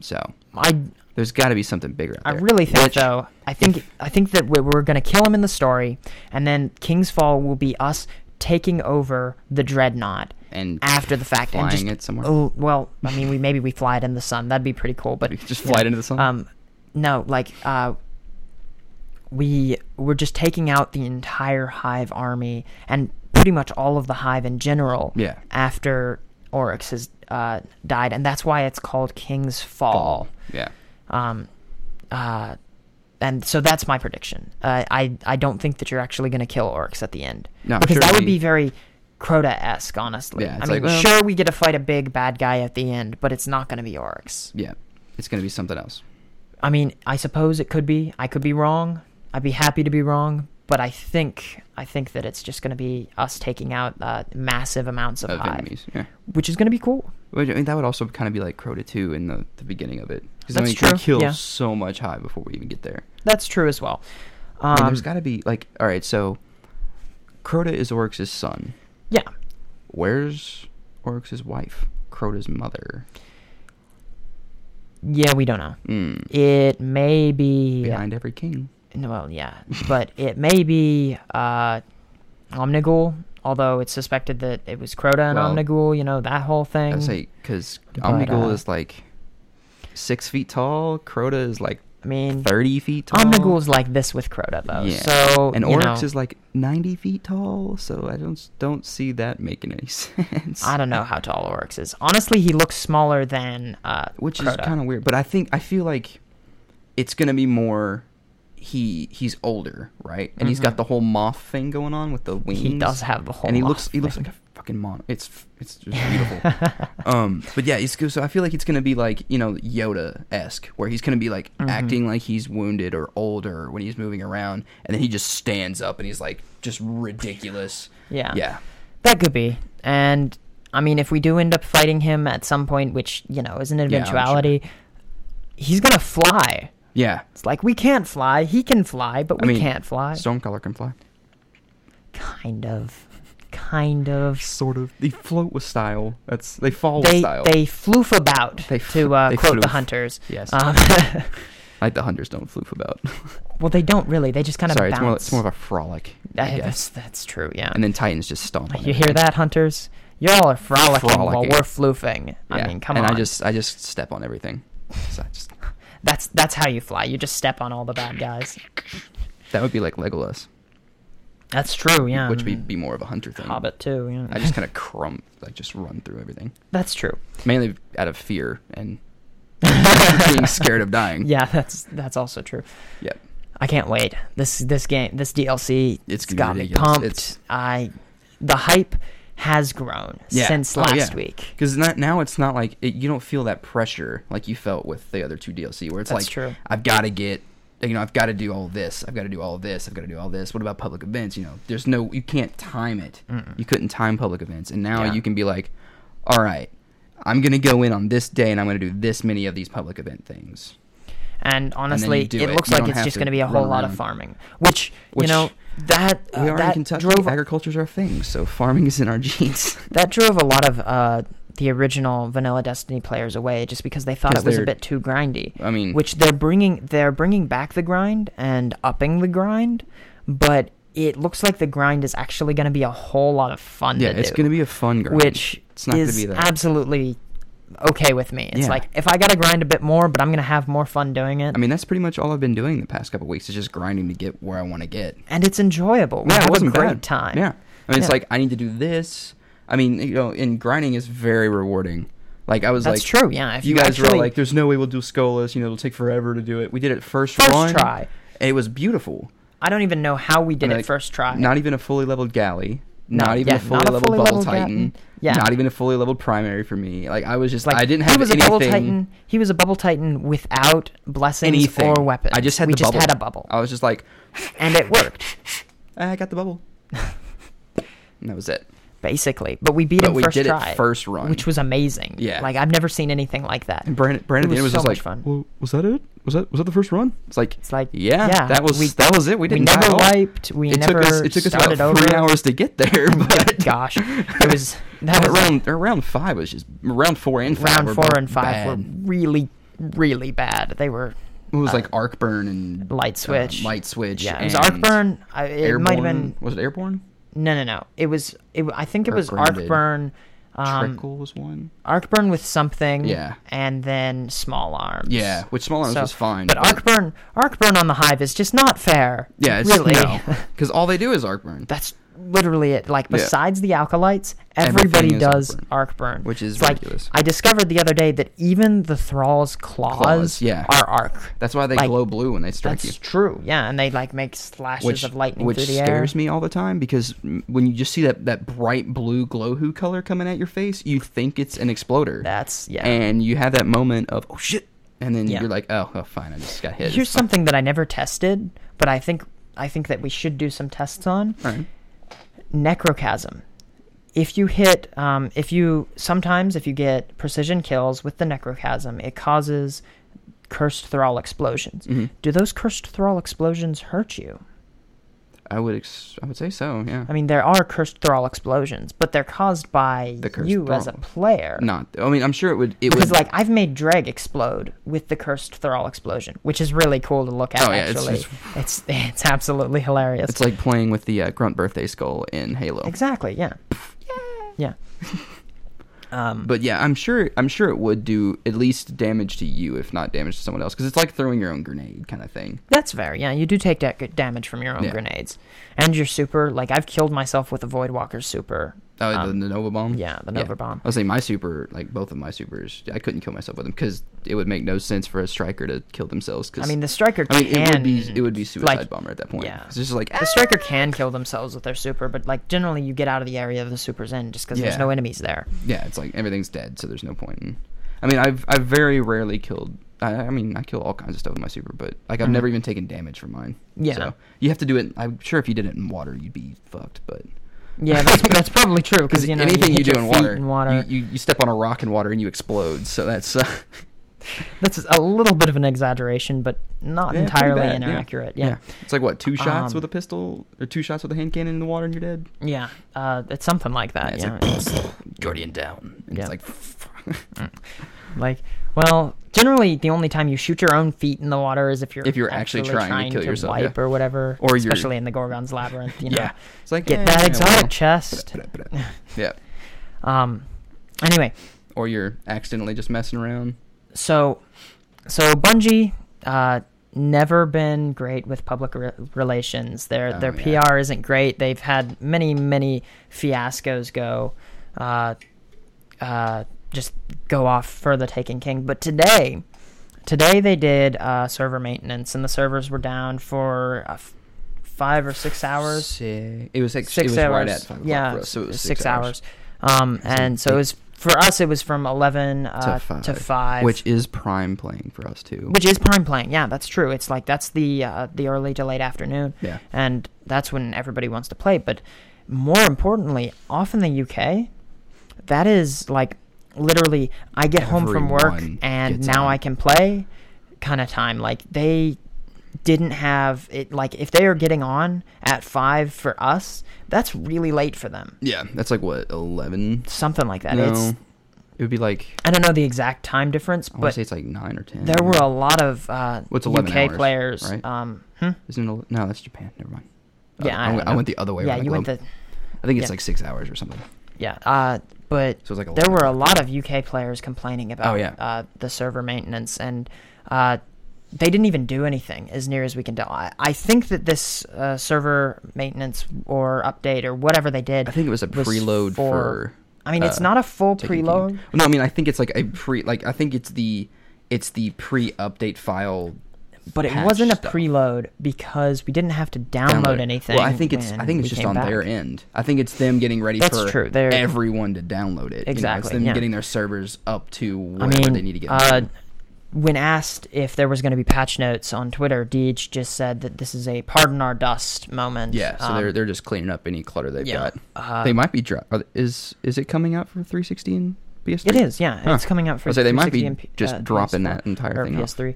Speaker 2: So
Speaker 1: I
Speaker 2: there's got to be something bigger. Out
Speaker 1: I
Speaker 2: there.
Speaker 1: really think
Speaker 2: Which-
Speaker 1: though. I think I think that we- we're going to kill him in the story, and then King's Fall will be us taking over the dreadnought
Speaker 2: And
Speaker 1: after the fact and
Speaker 2: flying
Speaker 1: just
Speaker 2: it somewhere?
Speaker 1: Oh, well, I mean, we maybe we fly it in the sun. That'd be pretty cool. But
Speaker 2: We could <laughs> just fly it into the sun?
Speaker 1: Um, no, like uh, we we're just taking out the entire Hive army and pretty much all of the Hive in general.
Speaker 2: Yeah.
Speaker 1: After Oryx has uh, died, and that's why it's called King's Fall.
Speaker 2: Ball. Yeah.
Speaker 1: Um, uh, and so that's my prediction. Uh, I I don't think that you're actually going to kill orcs at the end.
Speaker 2: No,
Speaker 1: because that would
Speaker 2: surely-
Speaker 1: be very Crota esque, honestly.
Speaker 2: Yeah,
Speaker 1: I
Speaker 2: it's
Speaker 1: mean,
Speaker 2: like, well-
Speaker 1: sure we get to fight a big bad guy at the end, but it's not going to be orcs.
Speaker 2: Yeah. It's gonna be something else.
Speaker 1: I mean, I suppose it could be. I could be wrong. I'd be happy to be wrong, but I think I think that it's just going to be us taking out uh, massive amounts of,
Speaker 2: Of
Speaker 1: hive,
Speaker 2: enemies. Yeah.
Speaker 1: which is going to be cool.
Speaker 2: Which, I mean, that would also kind of be like Crota 2 in the, the beginning of it. Because I
Speaker 1: That's
Speaker 2: mean, we
Speaker 1: true,
Speaker 2: kill
Speaker 1: yeah.
Speaker 2: so much hive before we even get there.
Speaker 1: That's true as well. Um,
Speaker 2: I mean, there's got to be like, all right, so Crota is Oryx's son.
Speaker 1: yeah,
Speaker 2: Where's Oryx's wife? Crota's mother.
Speaker 1: yeah, we don't know.
Speaker 2: Mm.
Speaker 1: It may be
Speaker 2: Behind every king.
Speaker 1: No, Well, yeah, but <laughs> it may be uh, Omnigul, although it's suspected that it was Crota and
Speaker 2: Well,
Speaker 1: Omnigul. You know that whole thing.
Speaker 2: I say because
Speaker 1: But,
Speaker 2: Omnigul
Speaker 1: uh,
Speaker 2: is like six feet tall. Crota is like
Speaker 1: I mean,
Speaker 2: thirty feet tall.
Speaker 1: Omnigul's like this with Crota, though. So
Speaker 2: and
Speaker 1: you
Speaker 2: Oryx
Speaker 1: know,
Speaker 2: is like ninety feet tall. So I don't s- don't see that making any <laughs> sense.
Speaker 1: I don't know how tall Oryx is. Honestly, he looks smaller than uh,
Speaker 2: which is
Speaker 1: Crota.
Speaker 2: kind of weird. But I think I feel like it's gonna be more. He he's older, right? And he's
Speaker 1: Mhm.
Speaker 2: got the whole moth thing going on with the wings.
Speaker 1: does have the whole
Speaker 2: And he
Speaker 1: moth
Speaker 2: looks he looks
Speaker 1: thing.
Speaker 2: like a fucking mon. It's f- it's just
Speaker 1: <laughs>
Speaker 2: beautiful. <laughs> um, but yeah, it's good. So I feel like it's gonna be like you know Yoda esque, where he's gonna be like
Speaker 1: Mm-hmm.
Speaker 2: acting like he's wounded or older when he's moving around, and then he just stands up and he's like just ridiculous.
Speaker 1: Yeah.
Speaker 2: Yeah.
Speaker 1: That could be. And I mean, if we do end up fighting him at some point, which you know is an
Speaker 2: sure.
Speaker 1: eventuality, he's gonna fly.
Speaker 2: Yeah.
Speaker 1: It's like we can't fly. He can fly, but we can't fly.
Speaker 2: Stonecolor can fly.
Speaker 1: Kind of. Kind of.
Speaker 2: Sort of. They float with style. That's they fall with
Speaker 1: They,
Speaker 2: style.
Speaker 1: they floof about,
Speaker 2: They
Speaker 1: to
Speaker 2: fl-
Speaker 1: uh,
Speaker 2: they
Speaker 1: quote the
Speaker 2: floof.
Speaker 1: hunters.
Speaker 2: Yes.
Speaker 1: Um, <laughs>
Speaker 2: like the hunters don't floof about. <laughs>
Speaker 1: well, they don't really. They just kind of
Speaker 2: Sorry,
Speaker 1: bounce.
Speaker 2: it's more it's more of a frolic. I
Speaker 1: That-
Speaker 2: guess.
Speaker 1: that's, that's true, yeah.
Speaker 2: And then Titans just stomp. on
Speaker 1: you hear
Speaker 2: everything.
Speaker 1: that, hunters? Y'all are frolicking, while
Speaker 2: Frolicking.
Speaker 1: we're floofing. I
Speaker 2: Yeah.
Speaker 1: mean, come
Speaker 2: and
Speaker 1: on.
Speaker 2: I just I just step on everything. So I just
Speaker 1: that's, that's how you fly. You just step on all the bad guys.
Speaker 2: that would be like Legolas,
Speaker 1: That's true, yeah.
Speaker 2: which would be more of a hunter thing.
Speaker 1: Hobbit, too, yeah.
Speaker 2: I just kind of crump, like just run through everything,
Speaker 1: that's true.
Speaker 2: mainly out of fear and <laughs> being scared
Speaker 1: <laughs>
Speaker 2: of dying.
Speaker 1: Yeah, that's that's also true.
Speaker 2: Yep.
Speaker 1: I can't wait. This this game, this DLC,
Speaker 2: It's
Speaker 1: it's
Speaker 2: gonna be
Speaker 1: got me
Speaker 2: ridiculous.
Speaker 1: pumped.
Speaker 2: It's-
Speaker 1: I the hype has grown
Speaker 2: Yeah.
Speaker 1: since
Speaker 2: Oh,
Speaker 1: last
Speaker 2: yeah.
Speaker 1: week.
Speaker 2: Because now it's not like it, you don't feel that pressure like you felt with the other two DLC, where it's
Speaker 1: That's
Speaker 2: like
Speaker 1: true.
Speaker 2: I've got to get, you know, I've got to do all this, I've got to do all this, I've got to do all this. What about public events? You know, there's no, you can't time it. You couldn't time public events, and now
Speaker 1: Yeah.
Speaker 2: you can be like, all right, I'm gonna go in on this day, and I'm gonna do this many of these public event things.
Speaker 1: And honestly,
Speaker 2: do
Speaker 1: it,
Speaker 2: it.
Speaker 1: looks
Speaker 2: You
Speaker 1: like
Speaker 2: don't
Speaker 1: it's
Speaker 2: have
Speaker 1: just
Speaker 2: to
Speaker 1: going to be a
Speaker 2: run
Speaker 1: whole lot of
Speaker 2: around.
Speaker 1: farming, which,
Speaker 2: Which
Speaker 1: you know that uh,
Speaker 2: we are
Speaker 1: that
Speaker 2: in Kentucky.
Speaker 1: drove
Speaker 2: Agriculture's our thing, so farming is
Speaker 1: <laughs>
Speaker 2: in our genes.
Speaker 1: that drove a lot of uh, the original vanilla Destiny players away just because they thought
Speaker 2: 'Cause
Speaker 1: it was a
Speaker 2: they're-
Speaker 1: bit too grindy.
Speaker 2: I mean-
Speaker 1: which they're bringing they're bringing back the grind and upping the grind, but it looks like the grind is actually going to be a whole lot of fun.
Speaker 2: yeah,
Speaker 1: to
Speaker 2: it's
Speaker 1: do.
Speaker 2: gonna be a fun grind.
Speaker 1: which
Speaker 2: it's not
Speaker 1: is
Speaker 2: gonna be that.
Speaker 1: absolutely okay with me. It's
Speaker 2: Yeah.
Speaker 1: like if I gotta grind a bit more, but I'm gonna have more fun doing it,
Speaker 2: I mean, that's pretty much all I've been doing the past couple weeks is just grinding to get where I want to get.
Speaker 1: and it's enjoyable. We
Speaker 2: Yeah,
Speaker 1: have
Speaker 2: it wasn't
Speaker 1: a great
Speaker 2: bad.
Speaker 1: time.
Speaker 2: Yeah, I mean,
Speaker 1: Yeah.
Speaker 2: it's like I need to do this. I mean, you know, and grinding is very rewarding. Like I was
Speaker 1: that's
Speaker 2: like,
Speaker 1: true. Yeah, if
Speaker 2: you guys were all
Speaker 1: actually-
Speaker 2: like, "There's no way we'll do Skolas. You know, it'll take forever to do it." We did it first,
Speaker 1: First
Speaker 2: run,
Speaker 1: try.
Speaker 2: and it was beautiful.
Speaker 1: I don't even know how we did
Speaker 2: I mean,
Speaker 1: it
Speaker 2: like,
Speaker 1: first try.
Speaker 2: Not even a fully leveled galley.
Speaker 1: No,
Speaker 2: not even
Speaker 1: yeah,
Speaker 2: a fully
Speaker 1: not a
Speaker 2: leveled
Speaker 1: fully
Speaker 2: bubble
Speaker 1: leveled ga-
Speaker 2: titan.
Speaker 1: yeah.
Speaker 2: Not even a fully leveled primary for me. Like I was just
Speaker 1: like
Speaker 2: I didn't
Speaker 1: he
Speaker 2: have
Speaker 1: was
Speaker 2: anything.
Speaker 1: a bubble titan. He was a bubble titan without blessings
Speaker 2: anything
Speaker 1: or weapons.
Speaker 2: I just had
Speaker 1: we
Speaker 2: the
Speaker 1: just
Speaker 2: bubble. Oh.
Speaker 1: had a bubble,
Speaker 2: I was just like, <laughs>
Speaker 1: and it worked
Speaker 2: I got the bubble. and that was it.
Speaker 1: basically. But we beat
Speaker 2: But
Speaker 1: him
Speaker 2: we
Speaker 1: first
Speaker 2: did
Speaker 1: try,
Speaker 2: it first run.
Speaker 1: which was amazing.
Speaker 2: Yeah.
Speaker 1: like I've never seen anything like that.
Speaker 2: and Brandon, Brandon
Speaker 1: It
Speaker 2: it was,
Speaker 1: was so
Speaker 2: just
Speaker 1: much fun.
Speaker 2: like, Well, was that it? Was that was that the first run? It's like,
Speaker 1: It's like
Speaker 2: yeah, that was
Speaker 1: we-
Speaker 2: that was it. We didn't die
Speaker 1: never
Speaker 2: at all.
Speaker 1: wiped. We
Speaker 2: it
Speaker 1: never
Speaker 2: took us, it took us about
Speaker 1: started over.
Speaker 2: three hours to
Speaker 1: <laughs>
Speaker 2: get <laughs> there, but
Speaker 1: Gosh, it
Speaker 2: <laughs>
Speaker 1: was that
Speaker 2: That
Speaker 1: was like,
Speaker 2: round round five was just round four and five
Speaker 1: round
Speaker 2: were
Speaker 1: four
Speaker 2: both
Speaker 1: and five
Speaker 2: bad.
Speaker 1: were really, really bad. They were uh,
Speaker 2: it was like arc burn and
Speaker 1: light switch.
Speaker 2: uh, light switch.
Speaker 1: yeah, it was
Speaker 2: and
Speaker 1: Arcburn. I, it
Speaker 2: Airborne.
Speaker 1: might have been
Speaker 2: was it airborne?
Speaker 1: no, no, no. It was. It, w- I think it
Speaker 2: Or
Speaker 1: was
Speaker 2: grounded.
Speaker 1: Arcburn. Um,
Speaker 2: Trickle was one.
Speaker 1: Arcburn with something.
Speaker 2: Yeah.
Speaker 1: and then small arms.
Speaker 2: Yeah, which small arms
Speaker 1: So-
Speaker 2: was fine.
Speaker 1: But Arcburn, Arcburn on the hive is just not fair.
Speaker 2: yeah, it's
Speaker 1: really. <laughs>
Speaker 2: because all they do is arc burn.
Speaker 1: that's literally it. Like
Speaker 2: Yeah.
Speaker 1: besides the alkalites,
Speaker 2: Everything
Speaker 1: everybody
Speaker 2: is
Speaker 1: does
Speaker 2: Arcburn.
Speaker 1: arc burn,
Speaker 2: Which is ridiculous.
Speaker 1: Like, I discovered the other day that even the thrall's claws,
Speaker 2: Claws, yeah.
Speaker 1: are arc.
Speaker 2: That's why they
Speaker 1: like,
Speaker 2: glow blue when they strike
Speaker 1: That's
Speaker 2: you.
Speaker 1: true. Yeah, and they like make slashes
Speaker 2: Which,
Speaker 1: of lightning
Speaker 2: which
Speaker 1: through the air.
Speaker 2: scares me all the time because mm, when you just see that, that bright blue glow hue color coming at your face, you think it's an exploder.
Speaker 1: That's yeah.
Speaker 2: and you have that moment of oh shit, and then
Speaker 1: Yeah.
Speaker 2: you're like oh, oh fine, I just got hit.
Speaker 1: Here's
Speaker 2: It's fine.
Speaker 1: something that I never tested, but I think I think that we should do some tests on.
Speaker 2: All right.
Speaker 1: necrochasm. If you hit, um, if you sometimes if you get precision kills with the necrochasm, it causes cursed thrall explosions.
Speaker 2: Mm-hmm.
Speaker 1: Do those cursed thrall explosions hurt you?
Speaker 2: I would ex- I would say so. Yeah.
Speaker 1: I mean, there are cursed thrall explosions, but they're caused by
Speaker 2: The cursed
Speaker 1: you as a
Speaker 2: thrall.
Speaker 1: player.
Speaker 2: not. I mean, I'm sure it would. It
Speaker 1: er Because
Speaker 2: would.
Speaker 1: like I've made Dreg explode with the cursed thrall explosion, which is really cool to look at.
Speaker 2: Oh, yeah, it's
Speaker 1: actually,
Speaker 2: just-
Speaker 1: it's, it's absolutely hilarious.
Speaker 2: it's like playing with the uh, grunt birthday skull in Halo.
Speaker 1: exactly,
Speaker 2: <laughs>
Speaker 1: yeah, yeah. Um,
Speaker 2: But yeah, I'm sure. I'm sure it would do at least damage to you, if not damage to someone else, because it's like throwing your own grenade kind of thing.
Speaker 1: That's fair. Yeah, you do take da- damage from your own
Speaker 2: Yeah.
Speaker 1: grenades, and your super. Like I've killed myself with a Void Walker super.
Speaker 2: Oh,
Speaker 1: Um,
Speaker 2: the, the Nova Bomb.
Speaker 1: yeah, the Nova Bomb.
Speaker 2: I was saying my super, like both of my supers, I couldn't kill myself with them because it would make no sense for a striker to kill themselves. Cause,
Speaker 1: I mean, the striker.
Speaker 2: I mean,
Speaker 1: can,
Speaker 2: it would be it would be suicide
Speaker 1: like,
Speaker 2: bomber at that point.
Speaker 1: yeah.
Speaker 2: it's just like "Ah!"
Speaker 1: The striker can kill themselves with their super, but like generally, you get out of the area of the super's end just because there's
Speaker 2: Yeah.
Speaker 1: no enemies there.
Speaker 2: yeah, it's like everything's dead, so there's no point. In, I mean, I've I've very rarely killed. I, I mean, I kill all kinds of stuff with my super, but like I've never even taken damage from mine.
Speaker 1: Mm-hmm. Yeah.
Speaker 2: so you have to do it. I'm sure if you did it in water, you'd be fucked. But <laughs>
Speaker 1: Yeah, that's, that's probably true because
Speaker 2: because
Speaker 1: you know
Speaker 2: anything you,
Speaker 1: hit
Speaker 2: do
Speaker 1: your
Speaker 2: in
Speaker 1: feet
Speaker 2: water,
Speaker 1: in water.
Speaker 2: You, you you step on a rock in water and you explode. So that's <laughs> uh,
Speaker 1: <laughs> that's a little bit of an exaggeration, but not
Speaker 2: yeah, pretty
Speaker 1: entirely
Speaker 2: bad, yeah.
Speaker 1: inaccurate. Yeah.
Speaker 2: it's like what two shots
Speaker 1: Um,
Speaker 2: with a pistol or two shots with a hand cannon in the water and you're dead.
Speaker 1: yeah, Uh, it's something like that.
Speaker 2: Yeah,
Speaker 1: Yeah,
Speaker 2: <clears throat> it's Guardian down. And
Speaker 1: Yeah.
Speaker 2: <laughs>
Speaker 1: Mm.
Speaker 2: It's like
Speaker 1: Like, well, generally the only time you shoot your own feet in the water is if you're
Speaker 2: If you're actually trying to kill yourself,
Speaker 1: wipe
Speaker 2: yeah.
Speaker 1: or whatever,
Speaker 2: Or you're-
Speaker 1: especially in the Gorgon's labyrinth. You know,
Speaker 2: yeah. It's like
Speaker 1: get
Speaker 2: eh,
Speaker 1: that
Speaker 2: well.
Speaker 1: exotic chest. <laughs>
Speaker 2: yeah.
Speaker 1: Um, anyway,
Speaker 2: Or you're accidentally just messing around.
Speaker 1: so so Bungie uh, never been great with public re- relations. Their
Speaker 2: Oh,
Speaker 1: their
Speaker 2: yeah.
Speaker 1: PR isn't great. They've had many many fiascos go. Uh, uh, just go off for the Taken King, but today. Today they did uh, server maintenance, and the servers were down for uh, f- five or six hours
Speaker 2: Six. It was like
Speaker 1: six
Speaker 2: it was
Speaker 1: hours.
Speaker 2: right at five o'clock
Speaker 1: yeah,
Speaker 2: for us, so it was
Speaker 1: six, hours. Um, and so it was for us. It was from eleven uh,
Speaker 2: to, five,
Speaker 1: to five,
Speaker 2: which is prime playing for us too.
Speaker 1: which is prime playing. Yeah, that's true. It's like that's the uh, the early to late afternoon.
Speaker 2: Yeah.
Speaker 1: and that's when everybody wants to play. But more importantly, off in the UK, that is like literally I get home from work
Speaker 2: Everyone
Speaker 1: and
Speaker 2: gets
Speaker 1: now
Speaker 2: on.
Speaker 1: I can play kind of time. Like they didn't have it. Like if they are getting on at five for us, that's really late for them.
Speaker 2: yeah, that's like what eleven.
Speaker 1: Something like that.
Speaker 2: no,
Speaker 1: It's
Speaker 2: it would be like
Speaker 1: I don't know the exact time difference,
Speaker 2: I want
Speaker 1: but
Speaker 2: to say it's like nine or ten.
Speaker 1: there were a lot of uh,
Speaker 2: What's 11
Speaker 1: UK
Speaker 2: hours,
Speaker 1: players.
Speaker 2: right?
Speaker 1: Um, hmm?
Speaker 2: Isn't it? el- No, that's Japan. Never mind.
Speaker 1: Yeah,
Speaker 2: I,
Speaker 1: I
Speaker 2: went-
Speaker 1: don't
Speaker 2: I
Speaker 1: know.
Speaker 2: went the other way.
Speaker 1: yeah,
Speaker 2: around
Speaker 1: you went
Speaker 2: globe.
Speaker 1: the
Speaker 2: I think it's
Speaker 1: yeah.
Speaker 2: like six hours or something.
Speaker 1: Yeah. Uh, but
Speaker 2: So it's like a
Speaker 1: there
Speaker 2: lot of
Speaker 1: were a lot of UK players complaining about
Speaker 2: Oh, yeah.
Speaker 1: uh, the server maintenance, and uh, they didn't even do anything, as near as we can tell. I, I think that this uh, server maintenance or update or whatever they did,
Speaker 2: I think it was a preload for,
Speaker 1: I mean, it's
Speaker 2: uh,
Speaker 1: not a full
Speaker 2: Taken King.
Speaker 1: preload.
Speaker 2: No, I mean I think it's like a pre like I think it's the it's the pre-update file.
Speaker 1: But it
Speaker 2: patch
Speaker 1: wasn't a
Speaker 2: stuff.
Speaker 1: preload because we didn't have to download,
Speaker 2: Download it.
Speaker 1: anything.
Speaker 2: Well, I think it's I
Speaker 1: when
Speaker 2: think
Speaker 1: we
Speaker 2: it's just
Speaker 1: came
Speaker 2: on
Speaker 1: back.
Speaker 2: their end. I think it's them getting ready
Speaker 1: That's
Speaker 2: for
Speaker 1: true. They're-
Speaker 2: everyone to download it. You know,
Speaker 1: Exactly,
Speaker 2: it's them
Speaker 1: yeah.
Speaker 2: getting their servers up to
Speaker 1: I
Speaker 2: whatever
Speaker 1: mean,
Speaker 2: they need to get.
Speaker 1: uh,
Speaker 2: done.
Speaker 1: when asked if there was going to be patch notes on Twitter, Deej just said that this is a pardon our dust moment.
Speaker 2: yeah, so
Speaker 1: Um,
Speaker 2: they're they're just cleaning up any clutter they've
Speaker 1: yeah,
Speaker 2: got.
Speaker 1: uh,
Speaker 2: they might be dro- are, is is it coming out for 360 and PS3?
Speaker 1: It is, yeah. and
Speaker 2: Huh.
Speaker 1: It's coming out for.
Speaker 2: I say they might be
Speaker 1: 360 and P-
Speaker 2: just
Speaker 1: uh,
Speaker 2: dropping
Speaker 1: PS4
Speaker 2: that entire
Speaker 1: or
Speaker 2: thing off.
Speaker 1: PS3.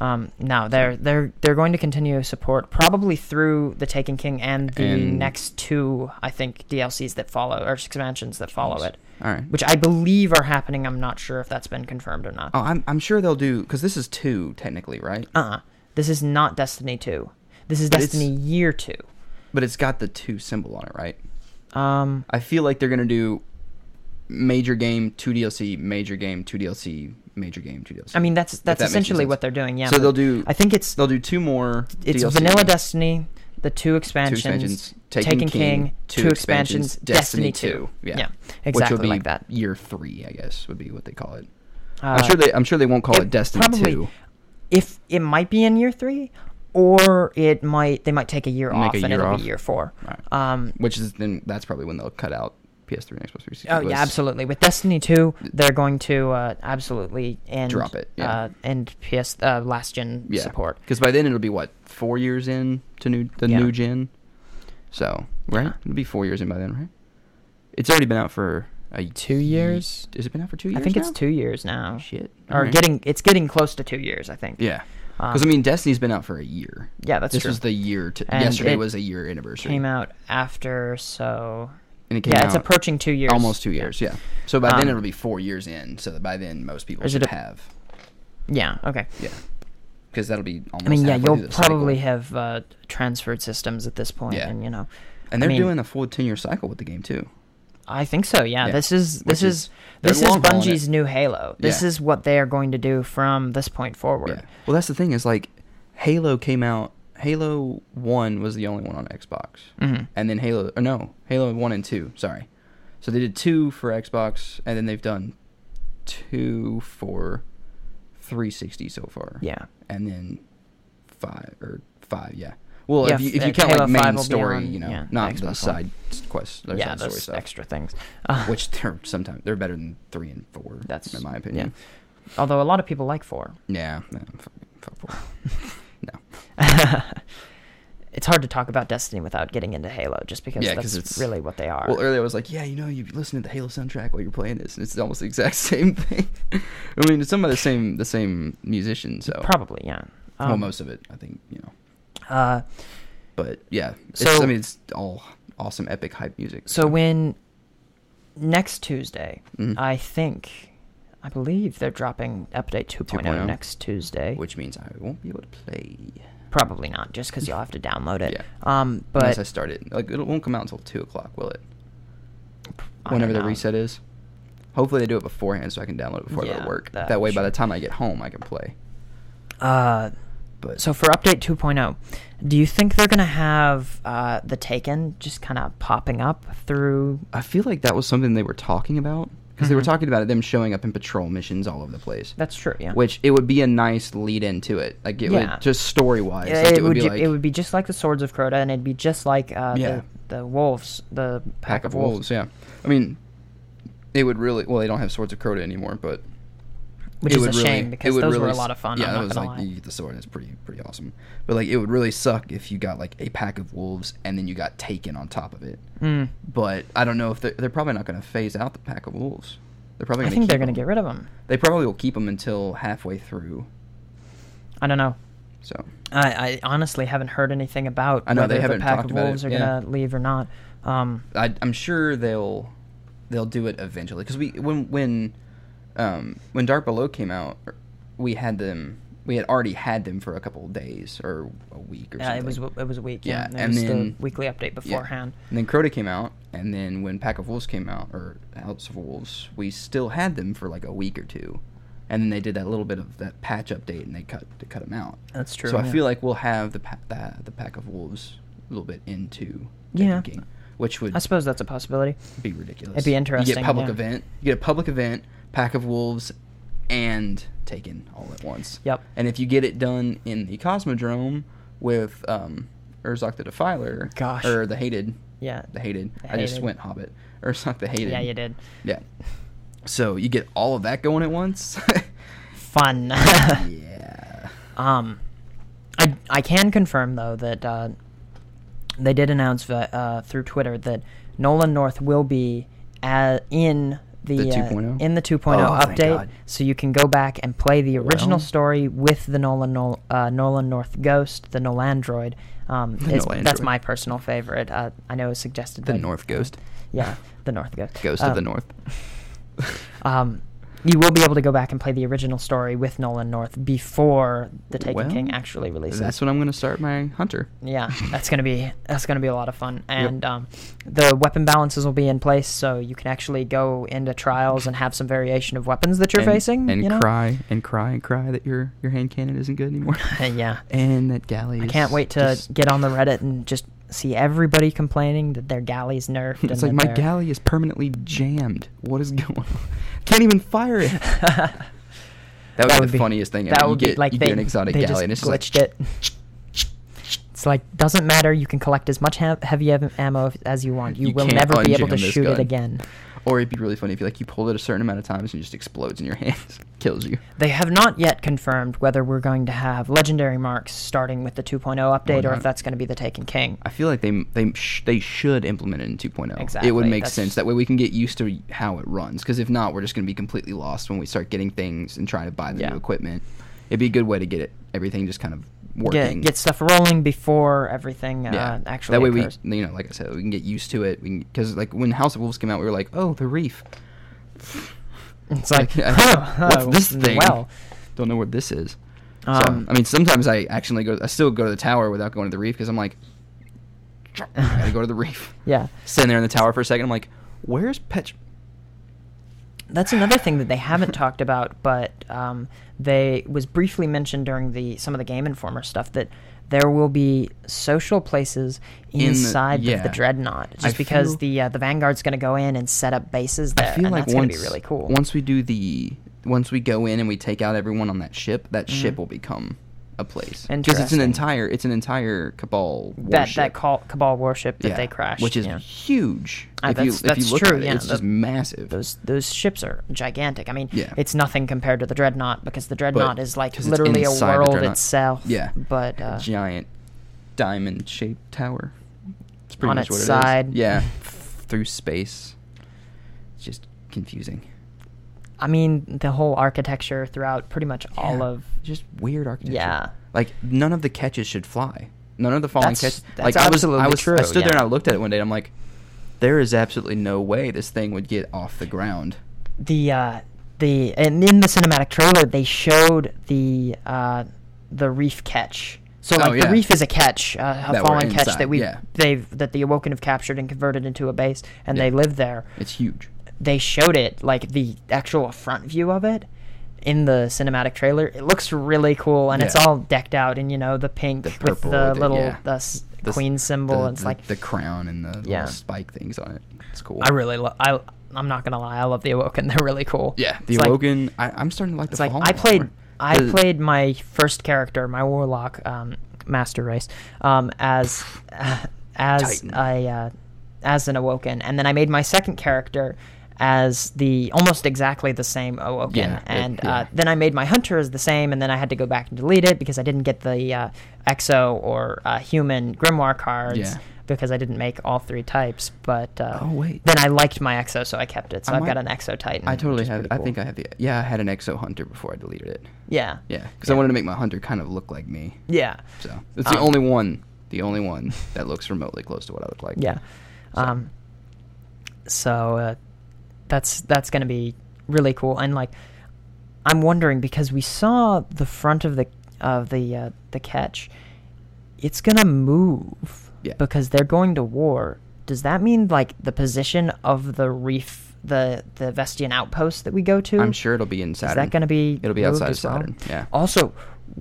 Speaker 1: Um, no, they're they're they're going to continue support probably through the Taken King and the
Speaker 2: And-
Speaker 1: next two, I think, DLCs that follow or expansions that follow it,
Speaker 2: All right.
Speaker 1: which I believe are happening. I'm not sure if that's been confirmed or not.
Speaker 2: Oh, I'm I'm sure they'll do because this is two technically, right?
Speaker 1: Uh-uh. This is not Destiny 2. This is
Speaker 2: But it's-
Speaker 1: Destiny Year 2.
Speaker 2: But it's got the two symbol on it, right?
Speaker 1: Um,
Speaker 2: I feel like they're gonna do major game two DLC, major game two DLC, major game two DLC.
Speaker 1: I mean, that's
Speaker 2: If
Speaker 1: that's
Speaker 2: that makes any
Speaker 1: essentially
Speaker 2: sense.
Speaker 1: what they're doing, yeah.
Speaker 2: So
Speaker 1: but
Speaker 2: they'll do-
Speaker 1: I think it's
Speaker 2: They'll do two more.
Speaker 1: it's
Speaker 2: DLC,
Speaker 1: Vanilla Destiny, the two
Speaker 2: two
Speaker 1: expansions,
Speaker 2: expansions,
Speaker 1: Taken, King, two expansions, Destiny 2.
Speaker 2: Yeah. Which
Speaker 1: exactly
Speaker 2: will be
Speaker 1: like that.
Speaker 2: Year three, I guess, would be what they call it.
Speaker 1: Uh,
Speaker 2: I'm sure they. I'm sure they won't call it,
Speaker 1: it
Speaker 2: Destiny
Speaker 1: probably-
Speaker 2: two.
Speaker 1: if it might be in year 3 or it might they might take a year
Speaker 2: Make
Speaker 1: off
Speaker 2: a
Speaker 1: and
Speaker 2: year
Speaker 1: it'll
Speaker 2: off.
Speaker 1: be year 4.
Speaker 2: Right.
Speaker 1: Um
Speaker 2: Which is then that's probably when they'll cut out PS3 and Xbox 360.
Speaker 1: Oh yeah,
Speaker 2: was-
Speaker 1: absolutely. With Destiny two, they're going to uh, absolutely end
Speaker 2: Drop it, yeah.
Speaker 1: uh, end PS uh, last gen
Speaker 2: yeah.
Speaker 1: support.
Speaker 2: Because by then it'll be what four years in to new the
Speaker 1: Yeah. Uh-huh.
Speaker 2: new gen. So right,
Speaker 1: Yeah.
Speaker 2: it'll be four years in by then, right? It's already been out for a
Speaker 1: Two years?
Speaker 2: Has it been out for two years?
Speaker 1: I think it's
Speaker 2: now?
Speaker 1: two years now.
Speaker 2: Shit.
Speaker 1: Or
Speaker 2: Alright.
Speaker 1: getting it's getting close to two years, I think.
Speaker 2: Yeah.
Speaker 1: Um,
Speaker 2: Because I mean, Destiny's been out for a year.
Speaker 1: Yeah, that's
Speaker 2: this
Speaker 1: true.
Speaker 2: was the year. To,
Speaker 1: And
Speaker 2: yesterday
Speaker 1: it
Speaker 2: was a year anniversary.
Speaker 1: came out after, so
Speaker 2: And it came
Speaker 1: yeah, it's
Speaker 2: out
Speaker 1: approaching two years.
Speaker 2: Almost two
Speaker 1: Yeah.
Speaker 2: years. Yeah. So by then
Speaker 1: Um,
Speaker 2: it'll be four years in. So that by then most people
Speaker 1: Is
Speaker 2: should
Speaker 1: it a-
Speaker 2: have.
Speaker 1: Yeah. Okay.
Speaker 2: Yeah. Because that'll be almost.
Speaker 1: I mean, yeah,
Speaker 2: halfway through
Speaker 1: you'll
Speaker 2: the cycle.
Speaker 1: probably have uh, transferred systems at this point,
Speaker 2: Yeah.
Speaker 1: and you know,
Speaker 2: And they're
Speaker 1: I mean,
Speaker 2: doing a full ten year cycle with the game too.
Speaker 1: I think so. Yeah,
Speaker 2: Yeah.
Speaker 1: this is
Speaker 2: Which
Speaker 1: this
Speaker 2: is-
Speaker 1: is
Speaker 2: they're
Speaker 1: this is
Speaker 2: long hauling
Speaker 1: Bungie's
Speaker 2: it.
Speaker 1: new Halo. This
Speaker 2: Yeah.
Speaker 1: is what they are going to do from this point forward.
Speaker 2: Yeah. Well, that's the thing is like Halo came out. Halo One was the only one on Xbox,
Speaker 1: Mhm.
Speaker 2: and then Halo. Or no, Halo One and Two. Sorry. So they did two for Xbox, and then they've done two for 360 so far.
Speaker 1: Yeah.
Speaker 2: And then five or five. Yeah. Well,
Speaker 1: Yeah,
Speaker 2: if you
Speaker 1: f-
Speaker 2: if you
Speaker 1: uh,
Speaker 2: count
Speaker 1: Halo
Speaker 2: like
Speaker 1: 5
Speaker 2: main
Speaker 1: will be
Speaker 2: story,
Speaker 1: on,
Speaker 2: you know,
Speaker 1: yeah,
Speaker 2: not
Speaker 1: the
Speaker 2: the
Speaker 1: Xbox
Speaker 2: side quests, their
Speaker 1: yeah,
Speaker 2: side story
Speaker 1: those
Speaker 2: stuff,
Speaker 1: extra things. <laughs> Uh,
Speaker 2: which they're sometimes they're better than three and four.
Speaker 1: That's-
Speaker 2: in my opinion.
Speaker 1: although a lot of people like four.
Speaker 2: Yeah. no, fuck- fuck four.
Speaker 1: <laughs>
Speaker 2: no.
Speaker 1: It's hard to talk about Destiny without getting into Halo, just because
Speaker 2: Yeah, 'cause
Speaker 1: that's
Speaker 2: it's-
Speaker 1: really what they are.
Speaker 2: Well, earlier I was like, yeah, you know, you listen to the Halo soundtrack while you're playing this, and it's almost the exact <laughs> same thing. I mean, it's some of the same the same musician, so
Speaker 1: Probably, yeah. Um,
Speaker 2: well, most of it, I think, you know.
Speaker 1: Uh,
Speaker 2: But yeah, it's,
Speaker 1: So-
Speaker 2: I mean, it's all awesome, epic hype music.
Speaker 1: so when next Tuesday,
Speaker 2: Mhm.
Speaker 1: I think, I believe they're dropping update 2.0,
Speaker 2: 2.0.
Speaker 1: next Tuesday.
Speaker 2: oh. which means I won't be able to play.
Speaker 1: probably not, just because you'll have to download it.
Speaker 2: Yeah.
Speaker 1: Um,
Speaker 2: unless
Speaker 1: but
Speaker 2: I start it, like it won't come out until two o'clock, will it?
Speaker 1: I
Speaker 2: Whenever
Speaker 1: don't
Speaker 2: the
Speaker 1: know.
Speaker 2: reset is. Hopefully they do it beforehand so I can download it before I go
Speaker 1: Yeah,
Speaker 2: to work.
Speaker 1: that-
Speaker 2: That, way, by
Speaker 1: sure.
Speaker 2: the time I get home, I can play.
Speaker 1: Uh,
Speaker 2: But
Speaker 1: so for update 2.0, do you think they're gonna have uh, the Taken just kind of popping up through?
Speaker 2: I feel like that was something they were talking about because they were
Speaker 1: Mhm.
Speaker 2: talking about it, them showing up in patrol missions all over the place.
Speaker 1: That's true. Yeah.
Speaker 2: Which it would be a nice lead into it, like it
Speaker 1: Yeah.
Speaker 2: would just story wise.
Speaker 1: Yeah,
Speaker 2: like
Speaker 1: it, would
Speaker 2: be
Speaker 1: ju-
Speaker 2: like
Speaker 1: it would be just like the Swords of Crota, and it'd be just like uh,
Speaker 2: Yeah.
Speaker 1: the, the wolves, the
Speaker 2: pack of wolves. Yeah, I mean, it would really. Well, they don't have swords of Crota anymore, but
Speaker 1: which
Speaker 2: it
Speaker 1: is a
Speaker 2: would really-
Speaker 1: shame because
Speaker 2: it would
Speaker 1: those were a
Speaker 2: really s-
Speaker 1: lot of fun.
Speaker 2: Yeah,
Speaker 1: I'm
Speaker 2: that
Speaker 1: not
Speaker 2: was
Speaker 1: gonna
Speaker 2: like
Speaker 1: lie.
Speaker 2: you get the sword. and It's pretty pretty awesome. But like, it would really suck if you got like a pack of wolves and then you got taken on top of it.
Speaker 1: Mm.
Speaker 2: But I don't know if they're, they're probably not going to phase out the pack of wolves. They're probably.
Speaker 1: I
Speaker 2: Gonna
Speaker 1: think they're
Speaker 2: keep
Speaker 1: gonna
Speaker 2: them.
Speaker 1: get rid of them.
Speaker 2: They probably will keep them until halfway through.
Speaker 1: I don't know.
Speaker 2: So
Speaker 1: I, I honestly haven't heard anything about
Speaker 2: I know,
Speaker 1: whether
Speaker 2: they haven't
Speaker 1: the pack
Speaker 2: talked
Speaker 1: of
Speaker 2: about it,
Speaker 1: wolves are
Speaker 2: yeah.
Speaker 1: gonna leave or not. Um,
Speaker 2: I, I'm sure they'll they'll do it eventually because we when when um, when Dark Below came out, we had them we had already had them for a couple of days or a week or
Speaker 1: Yeah,
Speaker 2: something.
Speaker 1: it was it was a week. Yeah,
Speaker 2: Yeah,
Speaker 1: There
Speaker 2: and
Speaker 1: was
Speaker 2: then-
Speaker 1: the weekly update
Speaker 2: Yeah.
Speaker 1: beforehand.
Speaker 2: And then Crota came out, and then when Pack of Wolves came out, or House of Wolves, we still had them for like a week or two, and then they did that little bit of that patch update, and they cut they cut them out.
Speaker 1: That's true.
Speaker 2: so I
Speaker 1: yeah.
Speaker 2: feel like we'll have the pa- the, the Pack of Wolves a little bit into the
Speaker 1: Yeah.
Speaker 2: King, which would
Speaker 1: I suppose that's a possibility.
Speaker 2: be ridiculous.
Speaker 1: It'd be
Speaker 2: You
Speaker 1: interesting,
Speaker 2: get public
Speaker 1: yeah.
Speaker 2: event, you get a public event, Pack of Wolves, and Taken all at once.
Speaker 1: Yep.
Speaker 2: And if you get it done in the Cosmodrome with um, Urzok the Defiler,
Speaker 1: Gosh.
Speaker 2: or the Hated,
Speaker 1: Yeah.
Speaker 2: the hated.
Speaker 1: The
Speaker 2: I just
Speaker 1: Hated.
Speaker 2: went Hobbit. Or <laughs> it's not the hated.
Speaker 1: Yeah, you did.
Speaker 2: Yeah. So you get all of that going
Speaker 1: <laughs>
Speaker 2: at once.
Speaker 1: Fun. <laughs>
Speaker 2: <laughs> yeah.
Speaker 1: Um, I I can confirm though that uh, they did announce uh, uh, through Twitter that Nolan North will be uh in the,
Speaker 2: The
Speaker 1: uh,
Speaker 2: 2.0?
Speaker 1: in the 2.0
Speaker 2: Oh, thank
Speaker 1: update,
Speaker 2: God.
Speaker 1: so you can go back and play the original
Speaker 2: Well.
Speaker 1: story with the Nolan Nol- uh, Nolan North Ghost, the Nolandroid. Um, it's-
Speaker 2: Nolandroid.
Speaker 1: that's my personal favorite. Uh, I know it was suggested
Speaker 2: The
Speaker 1: by-
Speaker 2: North Ghost.
Speaker 1: Yeah, the North Ghost.
Speaker 2: <laughs> Ghost
Speaker 1: Um,
Speaker 2: of the North.
Speaker 1: <laughs> um, you will be able to go back and play the original story with Nolan North before the Taken
Speaker 2: Well,
Speaker 1: King actually releases.
Speaker 2: That's when I'm going to start my hunter.
Speaker 1: yeah, that's gonna
Speaker 2: <laughs>
Speaker 1: be that's gonna be a lot of fun, and um, the weapon balances will be in place, so you can actually go into trials and have some variation of weapons that you're
Speaker 2: and,
Speaker 1: facing.
Speaker 2: and
Speaker 1: you know?
Speaker 2: cry and cry and cry that your your hand cannon isn't good anymore.
Speaker 1: <laughs> yeah,
Speaker 2: And that galley.
Speaker 1: I
Speaker 2: is
Speaker 1: can't wait to
Speaker 2: just-
Speaker 1: get on the Reddit and just see everybody complaining that their galley's nerfed. and
Speaker 2: <laughs> It's like
Speaker 1: that
Speaker 2: my
Speaker 1: they're-
Speaker 2: galley is permanently jammed. What is <laughs> going on? Can't even
Speaker 1: <laughs>
Speaker 2: fire <laughs> it.
Speaker 1: that
Speaker 2: That would be the funniest thing
Speaker 1: That
Speaker 2: ever. You
Speaker 1: would be
Speaker 2: get-
Speaker 1: like
Speaker 2: you
Speaker 1: they,
Speaker 2: get an exotic
Speaker 1: they
Speaker 2: galley
Speaker 1: just
Speaker 2: and it's just like-
Speaker 1: glitched it. It's like doesn't matter. You can collect as much ha- heavy am- ammo <laughs> as you want. You,
Speaker 2: You
Speaker 1: will
Speaker 2: can't
Speaker 1: never be able
Speaker 2: unjam
Speaker 1: to
Speaker 2: this
Speaker 1: shoot it
Speaker 2: gun.
Speaker 1: again.
Speaker 2: Or it'd be really funny if you like you pull it a certain amount of times and it just explodes in your <laughs> hands, kills you.
Speaker 1: They have not yet confirmed whether we're going to have legendary marks starting with the 2.0 update, or, if
Speaker 2: not.
Speaker 1: that's going to be the Taken King.
Speaker 2: I feel like they they sh- they should implement it in 2.0. It
Speaker 1: Exactly,
Speaker 2: would make
Speaker 1: that's-
Speaker 2: sense that way we can get used to how it runs. Because if not, we're just going to be completely lost when we start getting things and trying to buy the
Speaker 1: Yeah.
Speaker 2: new equipment. It'd be a good way to get it everything just kind of
Speaker 1: Get,
Speaker 2: working.
Speaker 1: get stuff rolling before everything uh, actually
Speaker 2: that way
Speaker 1: occurs.
Speaker 2: we you know like I said we can get used to it. Because like when House of Wolves came out, we were like, oh the reef.
Speaker 1: <laughs>
Speaker 2: <laughs>
Speaker 1: It's like,
Speaker 2: I-
Speaker 1: huh,
Speaker 2: what's
Speaker 1: huh,
Speaker 2: this thing?
Speaker 1: Well,
Speaker 2: Don't know what this is.
Speaker 1: Um,
Speaker 2: so, I mean, sometimes I actually go. I still go to the tower without going to the reef because I'm like, I gotta go to the reef.
Speaker 1: <laughs> yeah.
Speaker 2: Sitting there in the tower for a second, I'm like, where's Pet?
Speaker 1: That's another thing that they haven't talked about, but um, they was briefly mentioned during the some of the Game Informer stuff that there will be social places
Speaker 2: the-
Speaker 1: inside of the
Speaker 2: yeah.
Speaker 1: dreadnought, just
Speaker 2: I
Speaker 1: because
Speaker 2: feel-
Speaker 1: the uh, the Vanguard's going to go in and set up bases there,
Speaker 2: I feel
Speaker 1: and
Speaker 2: like
Speaker 1: that's
Speaker 2: once
Speaker 1: going to be really cool.
Speaker 2: once we do the once we go in and we take out everyone on that ship, that ship will become a place because it's
Speaker 1: Mm-hmm. Interesting.
Speaker 2: an entire it's an entire cabal
Speaker 1: that
Speaker 2: warship.
Speaker 1: that call, Cabal warship that
Speaker 2: Yeah,
Speaker 1: they crashed,
Speaker 2: which is
Speaker 1: yeah.
Speaker 2: huge.
Speaker 1: Ah,
Speaker 2: if you,
Speaker 1: that's-
Speaker 2: if
Speaker 1: that's
Speaker 2: you look
Speaker 1: true,
Speaker 2: At it,
Speaker 1: yeah,
Speaker 2: it's just
Speaker 1: the-
Speaker 2: massive.
Speaker 1: those those ships are gigantic. I mean,
Speaker 2: Yeah.
Speaker 1: it's nothing compared to the dreadnought because the dreadnought is like
Speaker 2: 'cause it's
Speaker 1: literally a
Speaker 2: inside the
Speaker 1: world
Speaker 2: dreadnought.
Speaker 1: itself.
Speaker 2: Yeah.
Speaker 1: but uh,
Speaker 2: giant diamond shaped tower. It's pretty
Speaker 1: On
Speaker 2: much
Speaker 1: its
Speaker 2: what it
Speaker 1: side. <laughs>
Speaker 2: is. Yeah. Through space. It's just confusing.
Speaker 1: I mean, the whole architecture throughout pretty much all
Speaker 2: Yeah.
Speaker 1: of
Speaker 2: just weird architecture.
Speaker 1: Yeah.
Speaker 2: Like none of the catches should fly. None of the falling
Speaker 1: That's-
Speaker 2: catches.
Speaker 1: that's
Speaker 2: Like I was,
Speaker 1: absolutely
Speaker 2: I was,
Speaker 1: true,
Speaker 2: I stood there and
Speaker 1: yeah.
Speaker 2: I looked at it one day. and I'm like, there is absolutely no way this thing would get off the ground.
Speaker 1: the uh, the and in the cinematic trailer they showed the uh, the reef catch. So
Speaker 2: Oh,
Speaker 1: like the
Speaker 2: yeah.
Speaker 1: reef is a catch, uh, a
Speaker 2: That we're
Speaker 1: fallen catch
Speaker 2: inside,
Speaker 1: that we
Speaker 2: yeah.
Speaker 1: they've that the Awoken have captured and converted into a base, and
Speaker 2: Yeah.
Speaker 1: they live there.
Speaker 2: It's huge.
Speaker 1: They showed it like the actual front view of it in the cinematic trailer. It looks really cool, and it's
Speaker 2: Yeah.
Speaker 1: all decked out in you know the pink
Speaker 2: The
Speaker 1: with
Speaker 2: purple
Speaker 1: the
Speaker 2: with it,
Speaker 1: little
Speaker 2: yeah.
Speaker 1: the s-
Speaker 2: The s-
Speaker 1: queen symbol.
Speaker 2: the-
Speaker 1: and it's
Speaker 2: the-
Speaker 1: like
Speaker 2: the crown and the
Speaker 1: Yeah.
Speaker 2: little spike things on it. It's cool.
Speaker 1: I really lo- I I'm not gonna lie, I love the Awoken. <laughs> They're really cool.
Speaker 2: yeah, the
Speaker 1: It's like-
Speaker 2: Awoken. I, I'm starting to like the.
Speaker 1: It's like
Speaker 2: Fallen
Speaker 1: I
Speaker 2: a lot
Speaker 1: played
Speaker 2: more.
Speaker 1: I
Speaker 2: The-
Speaker 1: played my first character, my warlock, um, master race, um, as uh, as
Speaker 2: Titan.
Speaker 1: I uh, as an awoken, and then I made my second character as the almost exactly the same awoken,
Speaker 2: Yeah, it-
Speaker 1: and uh,
Speaker 2: yeah.
Speaker 1: then I made my hunter as the same, and then I had to go back and delete it because I didn't get the uh, exo or uh, human grimoire cards.
Speaker 2: Yeah.
Speaker 1: Because I didn't make all three types, but uh,
Speaker 2: Oh, wait.
Speaker 1: then I liked my exo, so I kept it. So
Speaker 2: I
Speaker 1: I've got
Speaker 2: might-
Speaker 1: an exo titan.
Speaker 2: I
Speaker 1: which
Speaker 2: totally
Speaker 1: is
Speaker 2: have.
Speaker 1: pretty
Speaker 2: I
Speaker 1: cool.
Speaker 2: think I have the. Yeah, I had an Exo Hunter before I deleted it.
Speaker 1: Yeah.
Speaker 2: Yeah, because I wanted to make my hunter kind of look like me.
Speaker 1: Yeah.
Speaker 2: So it's the
Speaker 1: Um,
Speaker 2: only one, the only one that looks remotely close to what I look like.
Speaker 1: Yeah. Um, so uh, that's that's going to be really cool. And like, I'm wondering because we saw the front of the of the uh, the catch. It's gonna move
Speaker 2: Yeah.
Speaker 1: because they're going to war. Does that mean like the position of the reef, the the Vestian outpost that we go to?
Speaker 2: I'm sure it'll be in
Speaker 1: Is
Speaker 2: Saturn.
Speaker 1: that gonna be?
Speaker 2: It'll be
Speaker 1: moved
Speaker 2: outside of
Speaker 1: as well? Oh.
Speaker 2: Saturn. Yeah.
Speaker 1: Also,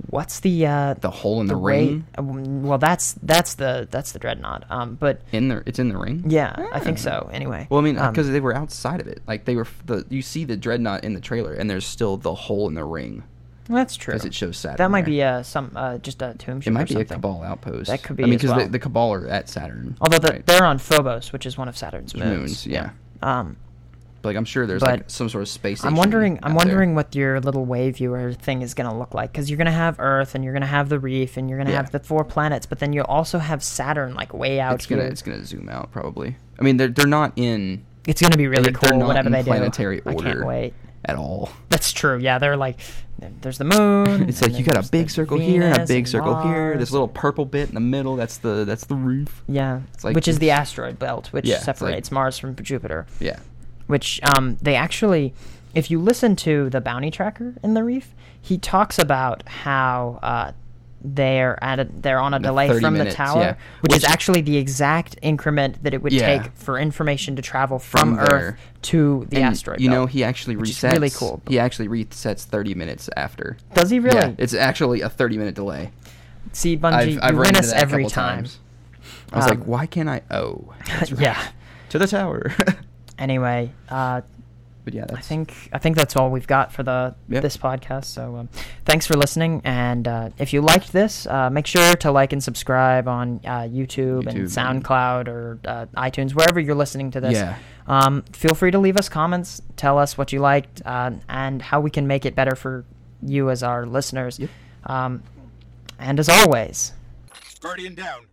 Speaker 1: what's the uh,
Speaker 2: The hole in the,
Speaker 1: way-
Speaker 2: ring.
Speaker 1: um, Well, that's that's the that's the dreadnought. Um, but
Speaker 2: In the it's in the ring. Ah.
Speaker 1: yeah, I think so. Anyway.
Speaker 2: Well, I mean,
Speaker 1: Um,
Speaker 2: because they were outside of it. Like they were f- the you see the dreadnought in the trailer, and there's still the hole in the ring
Speaker 1: that's true.
Speaker 2: because it shows Saturn.
Speaker 1: That might
Speaker 2: there.
Speaker 1: be uh, some uh, just a tomb ship
Speaker 2: It might
Speaker 1: or
Speaker 2: be a
Speaker 1: something.
Speaker 2: Cabal outpost.
Speaker 1: That could be
Speaker 2: I mean,
Speaker 1: as
Speaker 2: the,
Speaker 1: well.
Speaker 2: the Cabal are at Saturn.
Speaker 1: Although the,
Speaker 2: right?
Speaker 1: they're on Phobos, which is one of Saturn's
Speaker 2: There's
Speaker 1: moons.
Speaker 2: moons, yeah.
Speaker 1: Um,
Speaker 2: But, like I'm sure there's
Speaker 1: But
Speaker 2: like some sort of space.
Speaker 1: I'm
Speaker 2: station
Speaker 1: wondering. I'm
Speaker 2: out there.
Speaker 1: wondering what your little wave viewer thing is going to look like because you're going to have Earth and you're going to have the reef and you're going to
Speaker 2: Yeah.
Speaker 1: have the four planets, but then you'll also have Saturn like way out
Speaker 2: It's
Speaker 1: here.
Speaker 2: gonna it's gonna zoom out probably. I mean, they're they're not in
Speaker 1: it's going to be really
Speaker 2: they're- they're
Speaker 1: cool.
Speaker 2: not
Speaker 1: Whatever
Speaker 2: in
Speaker 1: they
Speaker 2: planetary
Speaker 1: do, I
Speaker 2: order.
Speaker 1: can't wait.
Speaker 2: at all.
Speaker 1: That's true. Yeah, they're like, there's the moon.
Speaker 2: <laughs> It's
Speaker 1: and
Speaker 2: like you
Speaker 1: then
Speaker 2: got a
Speaker 1: there's
Speaker 2: big
Speaker 1: the
Speaker 2: circle here and a
Speaker 1: Venus
Speaker 2: big circle here. This
Speaker 1: Mars.
Speaker 2: little purple bit in the middle. That's the that's the roof.
Speaker 1: yeah,
Speaker 2: it's like
Speaker 1: which is
Speaker 2: this-
Speaker 1: the asteroid belt, which
Speaker 2: Yeah, it's like-
Speaker 1: separates Mars from Jupiter.
Speaker 2: Yeah.
Speaker 1: which um, they actually, if you listen to the bounty tracker in the reef, he talks about how uh, they're at a, they're on a delay
Speaker 2: 30
Speaker 1: from
Speaker 2: minutes,
Speaker 1: the tower,
Speaker 2: yeah.
Speaker 1: which, is
Speaker 2: Which-
Speaker 1: actually the exact increment that it would
Speaker 2: Yeah.
Speaker 1: take for information to travel from,
Speaker 2: From
Speaker 1: Earth
Speaker 2: there.
Speaker 1: to the
Speaker 2: And,
Speaker 1: asteroid.
Speaker 2: You know,
Speaker 1: belt.
Speaker 2: he actually
Speaker 1: which is
Speaker 2: resets.
Speaker 1: really cool.
Speaker 2: He actually resets 30 minutes after.
Speaker 1: does he really?
Speaker 2: Yeah, it's actually a 30 minute delay.
Speaker 1: See,
Speaker 2: I've,
Speaker 1: Bungie,
Speaker 2: I've
Speaker 1: you
Speaker 2: ran
Speaker 1: win
Speaker 2: into
Speaker 1: us
Speaker 2: that a
Speaker 1: every
Speaker 2: couple
Speaker 1: time.
Speaker 2: times. I was like,
Speaker 1: Um,
Speaker 2: why can't I? Oh, that's
Speaker 1: <laughs>
Speaker 2: right.
Speaker 1: yeah.
Speaker 2: to the tower. <laughs>
Speaker 1: Anyway, uh,
Speaker 2: but yeah, that's,
Speaker 1: I think I think that's all we've got for the
Speaker 2: Yeah.
Speaker 1: this podcast. So um, thanks for listening, and uh, if you liked this, uh, make sure to like and subscribe on uh, YouTube, and
Speaker 2: YouTube and-
Speaker 1: SoundCloud or uh, iTunes, wherever you're listening to this.
Speaker 2: Yeah.
Speaker 1: Um, feel free to leave us comments, tell us what you liked, uh, and how we can make it better for you as our listeners.
Speaker 2: Yep.
Speaker 1: Um, and as always.
Speaker 3: Guardian down.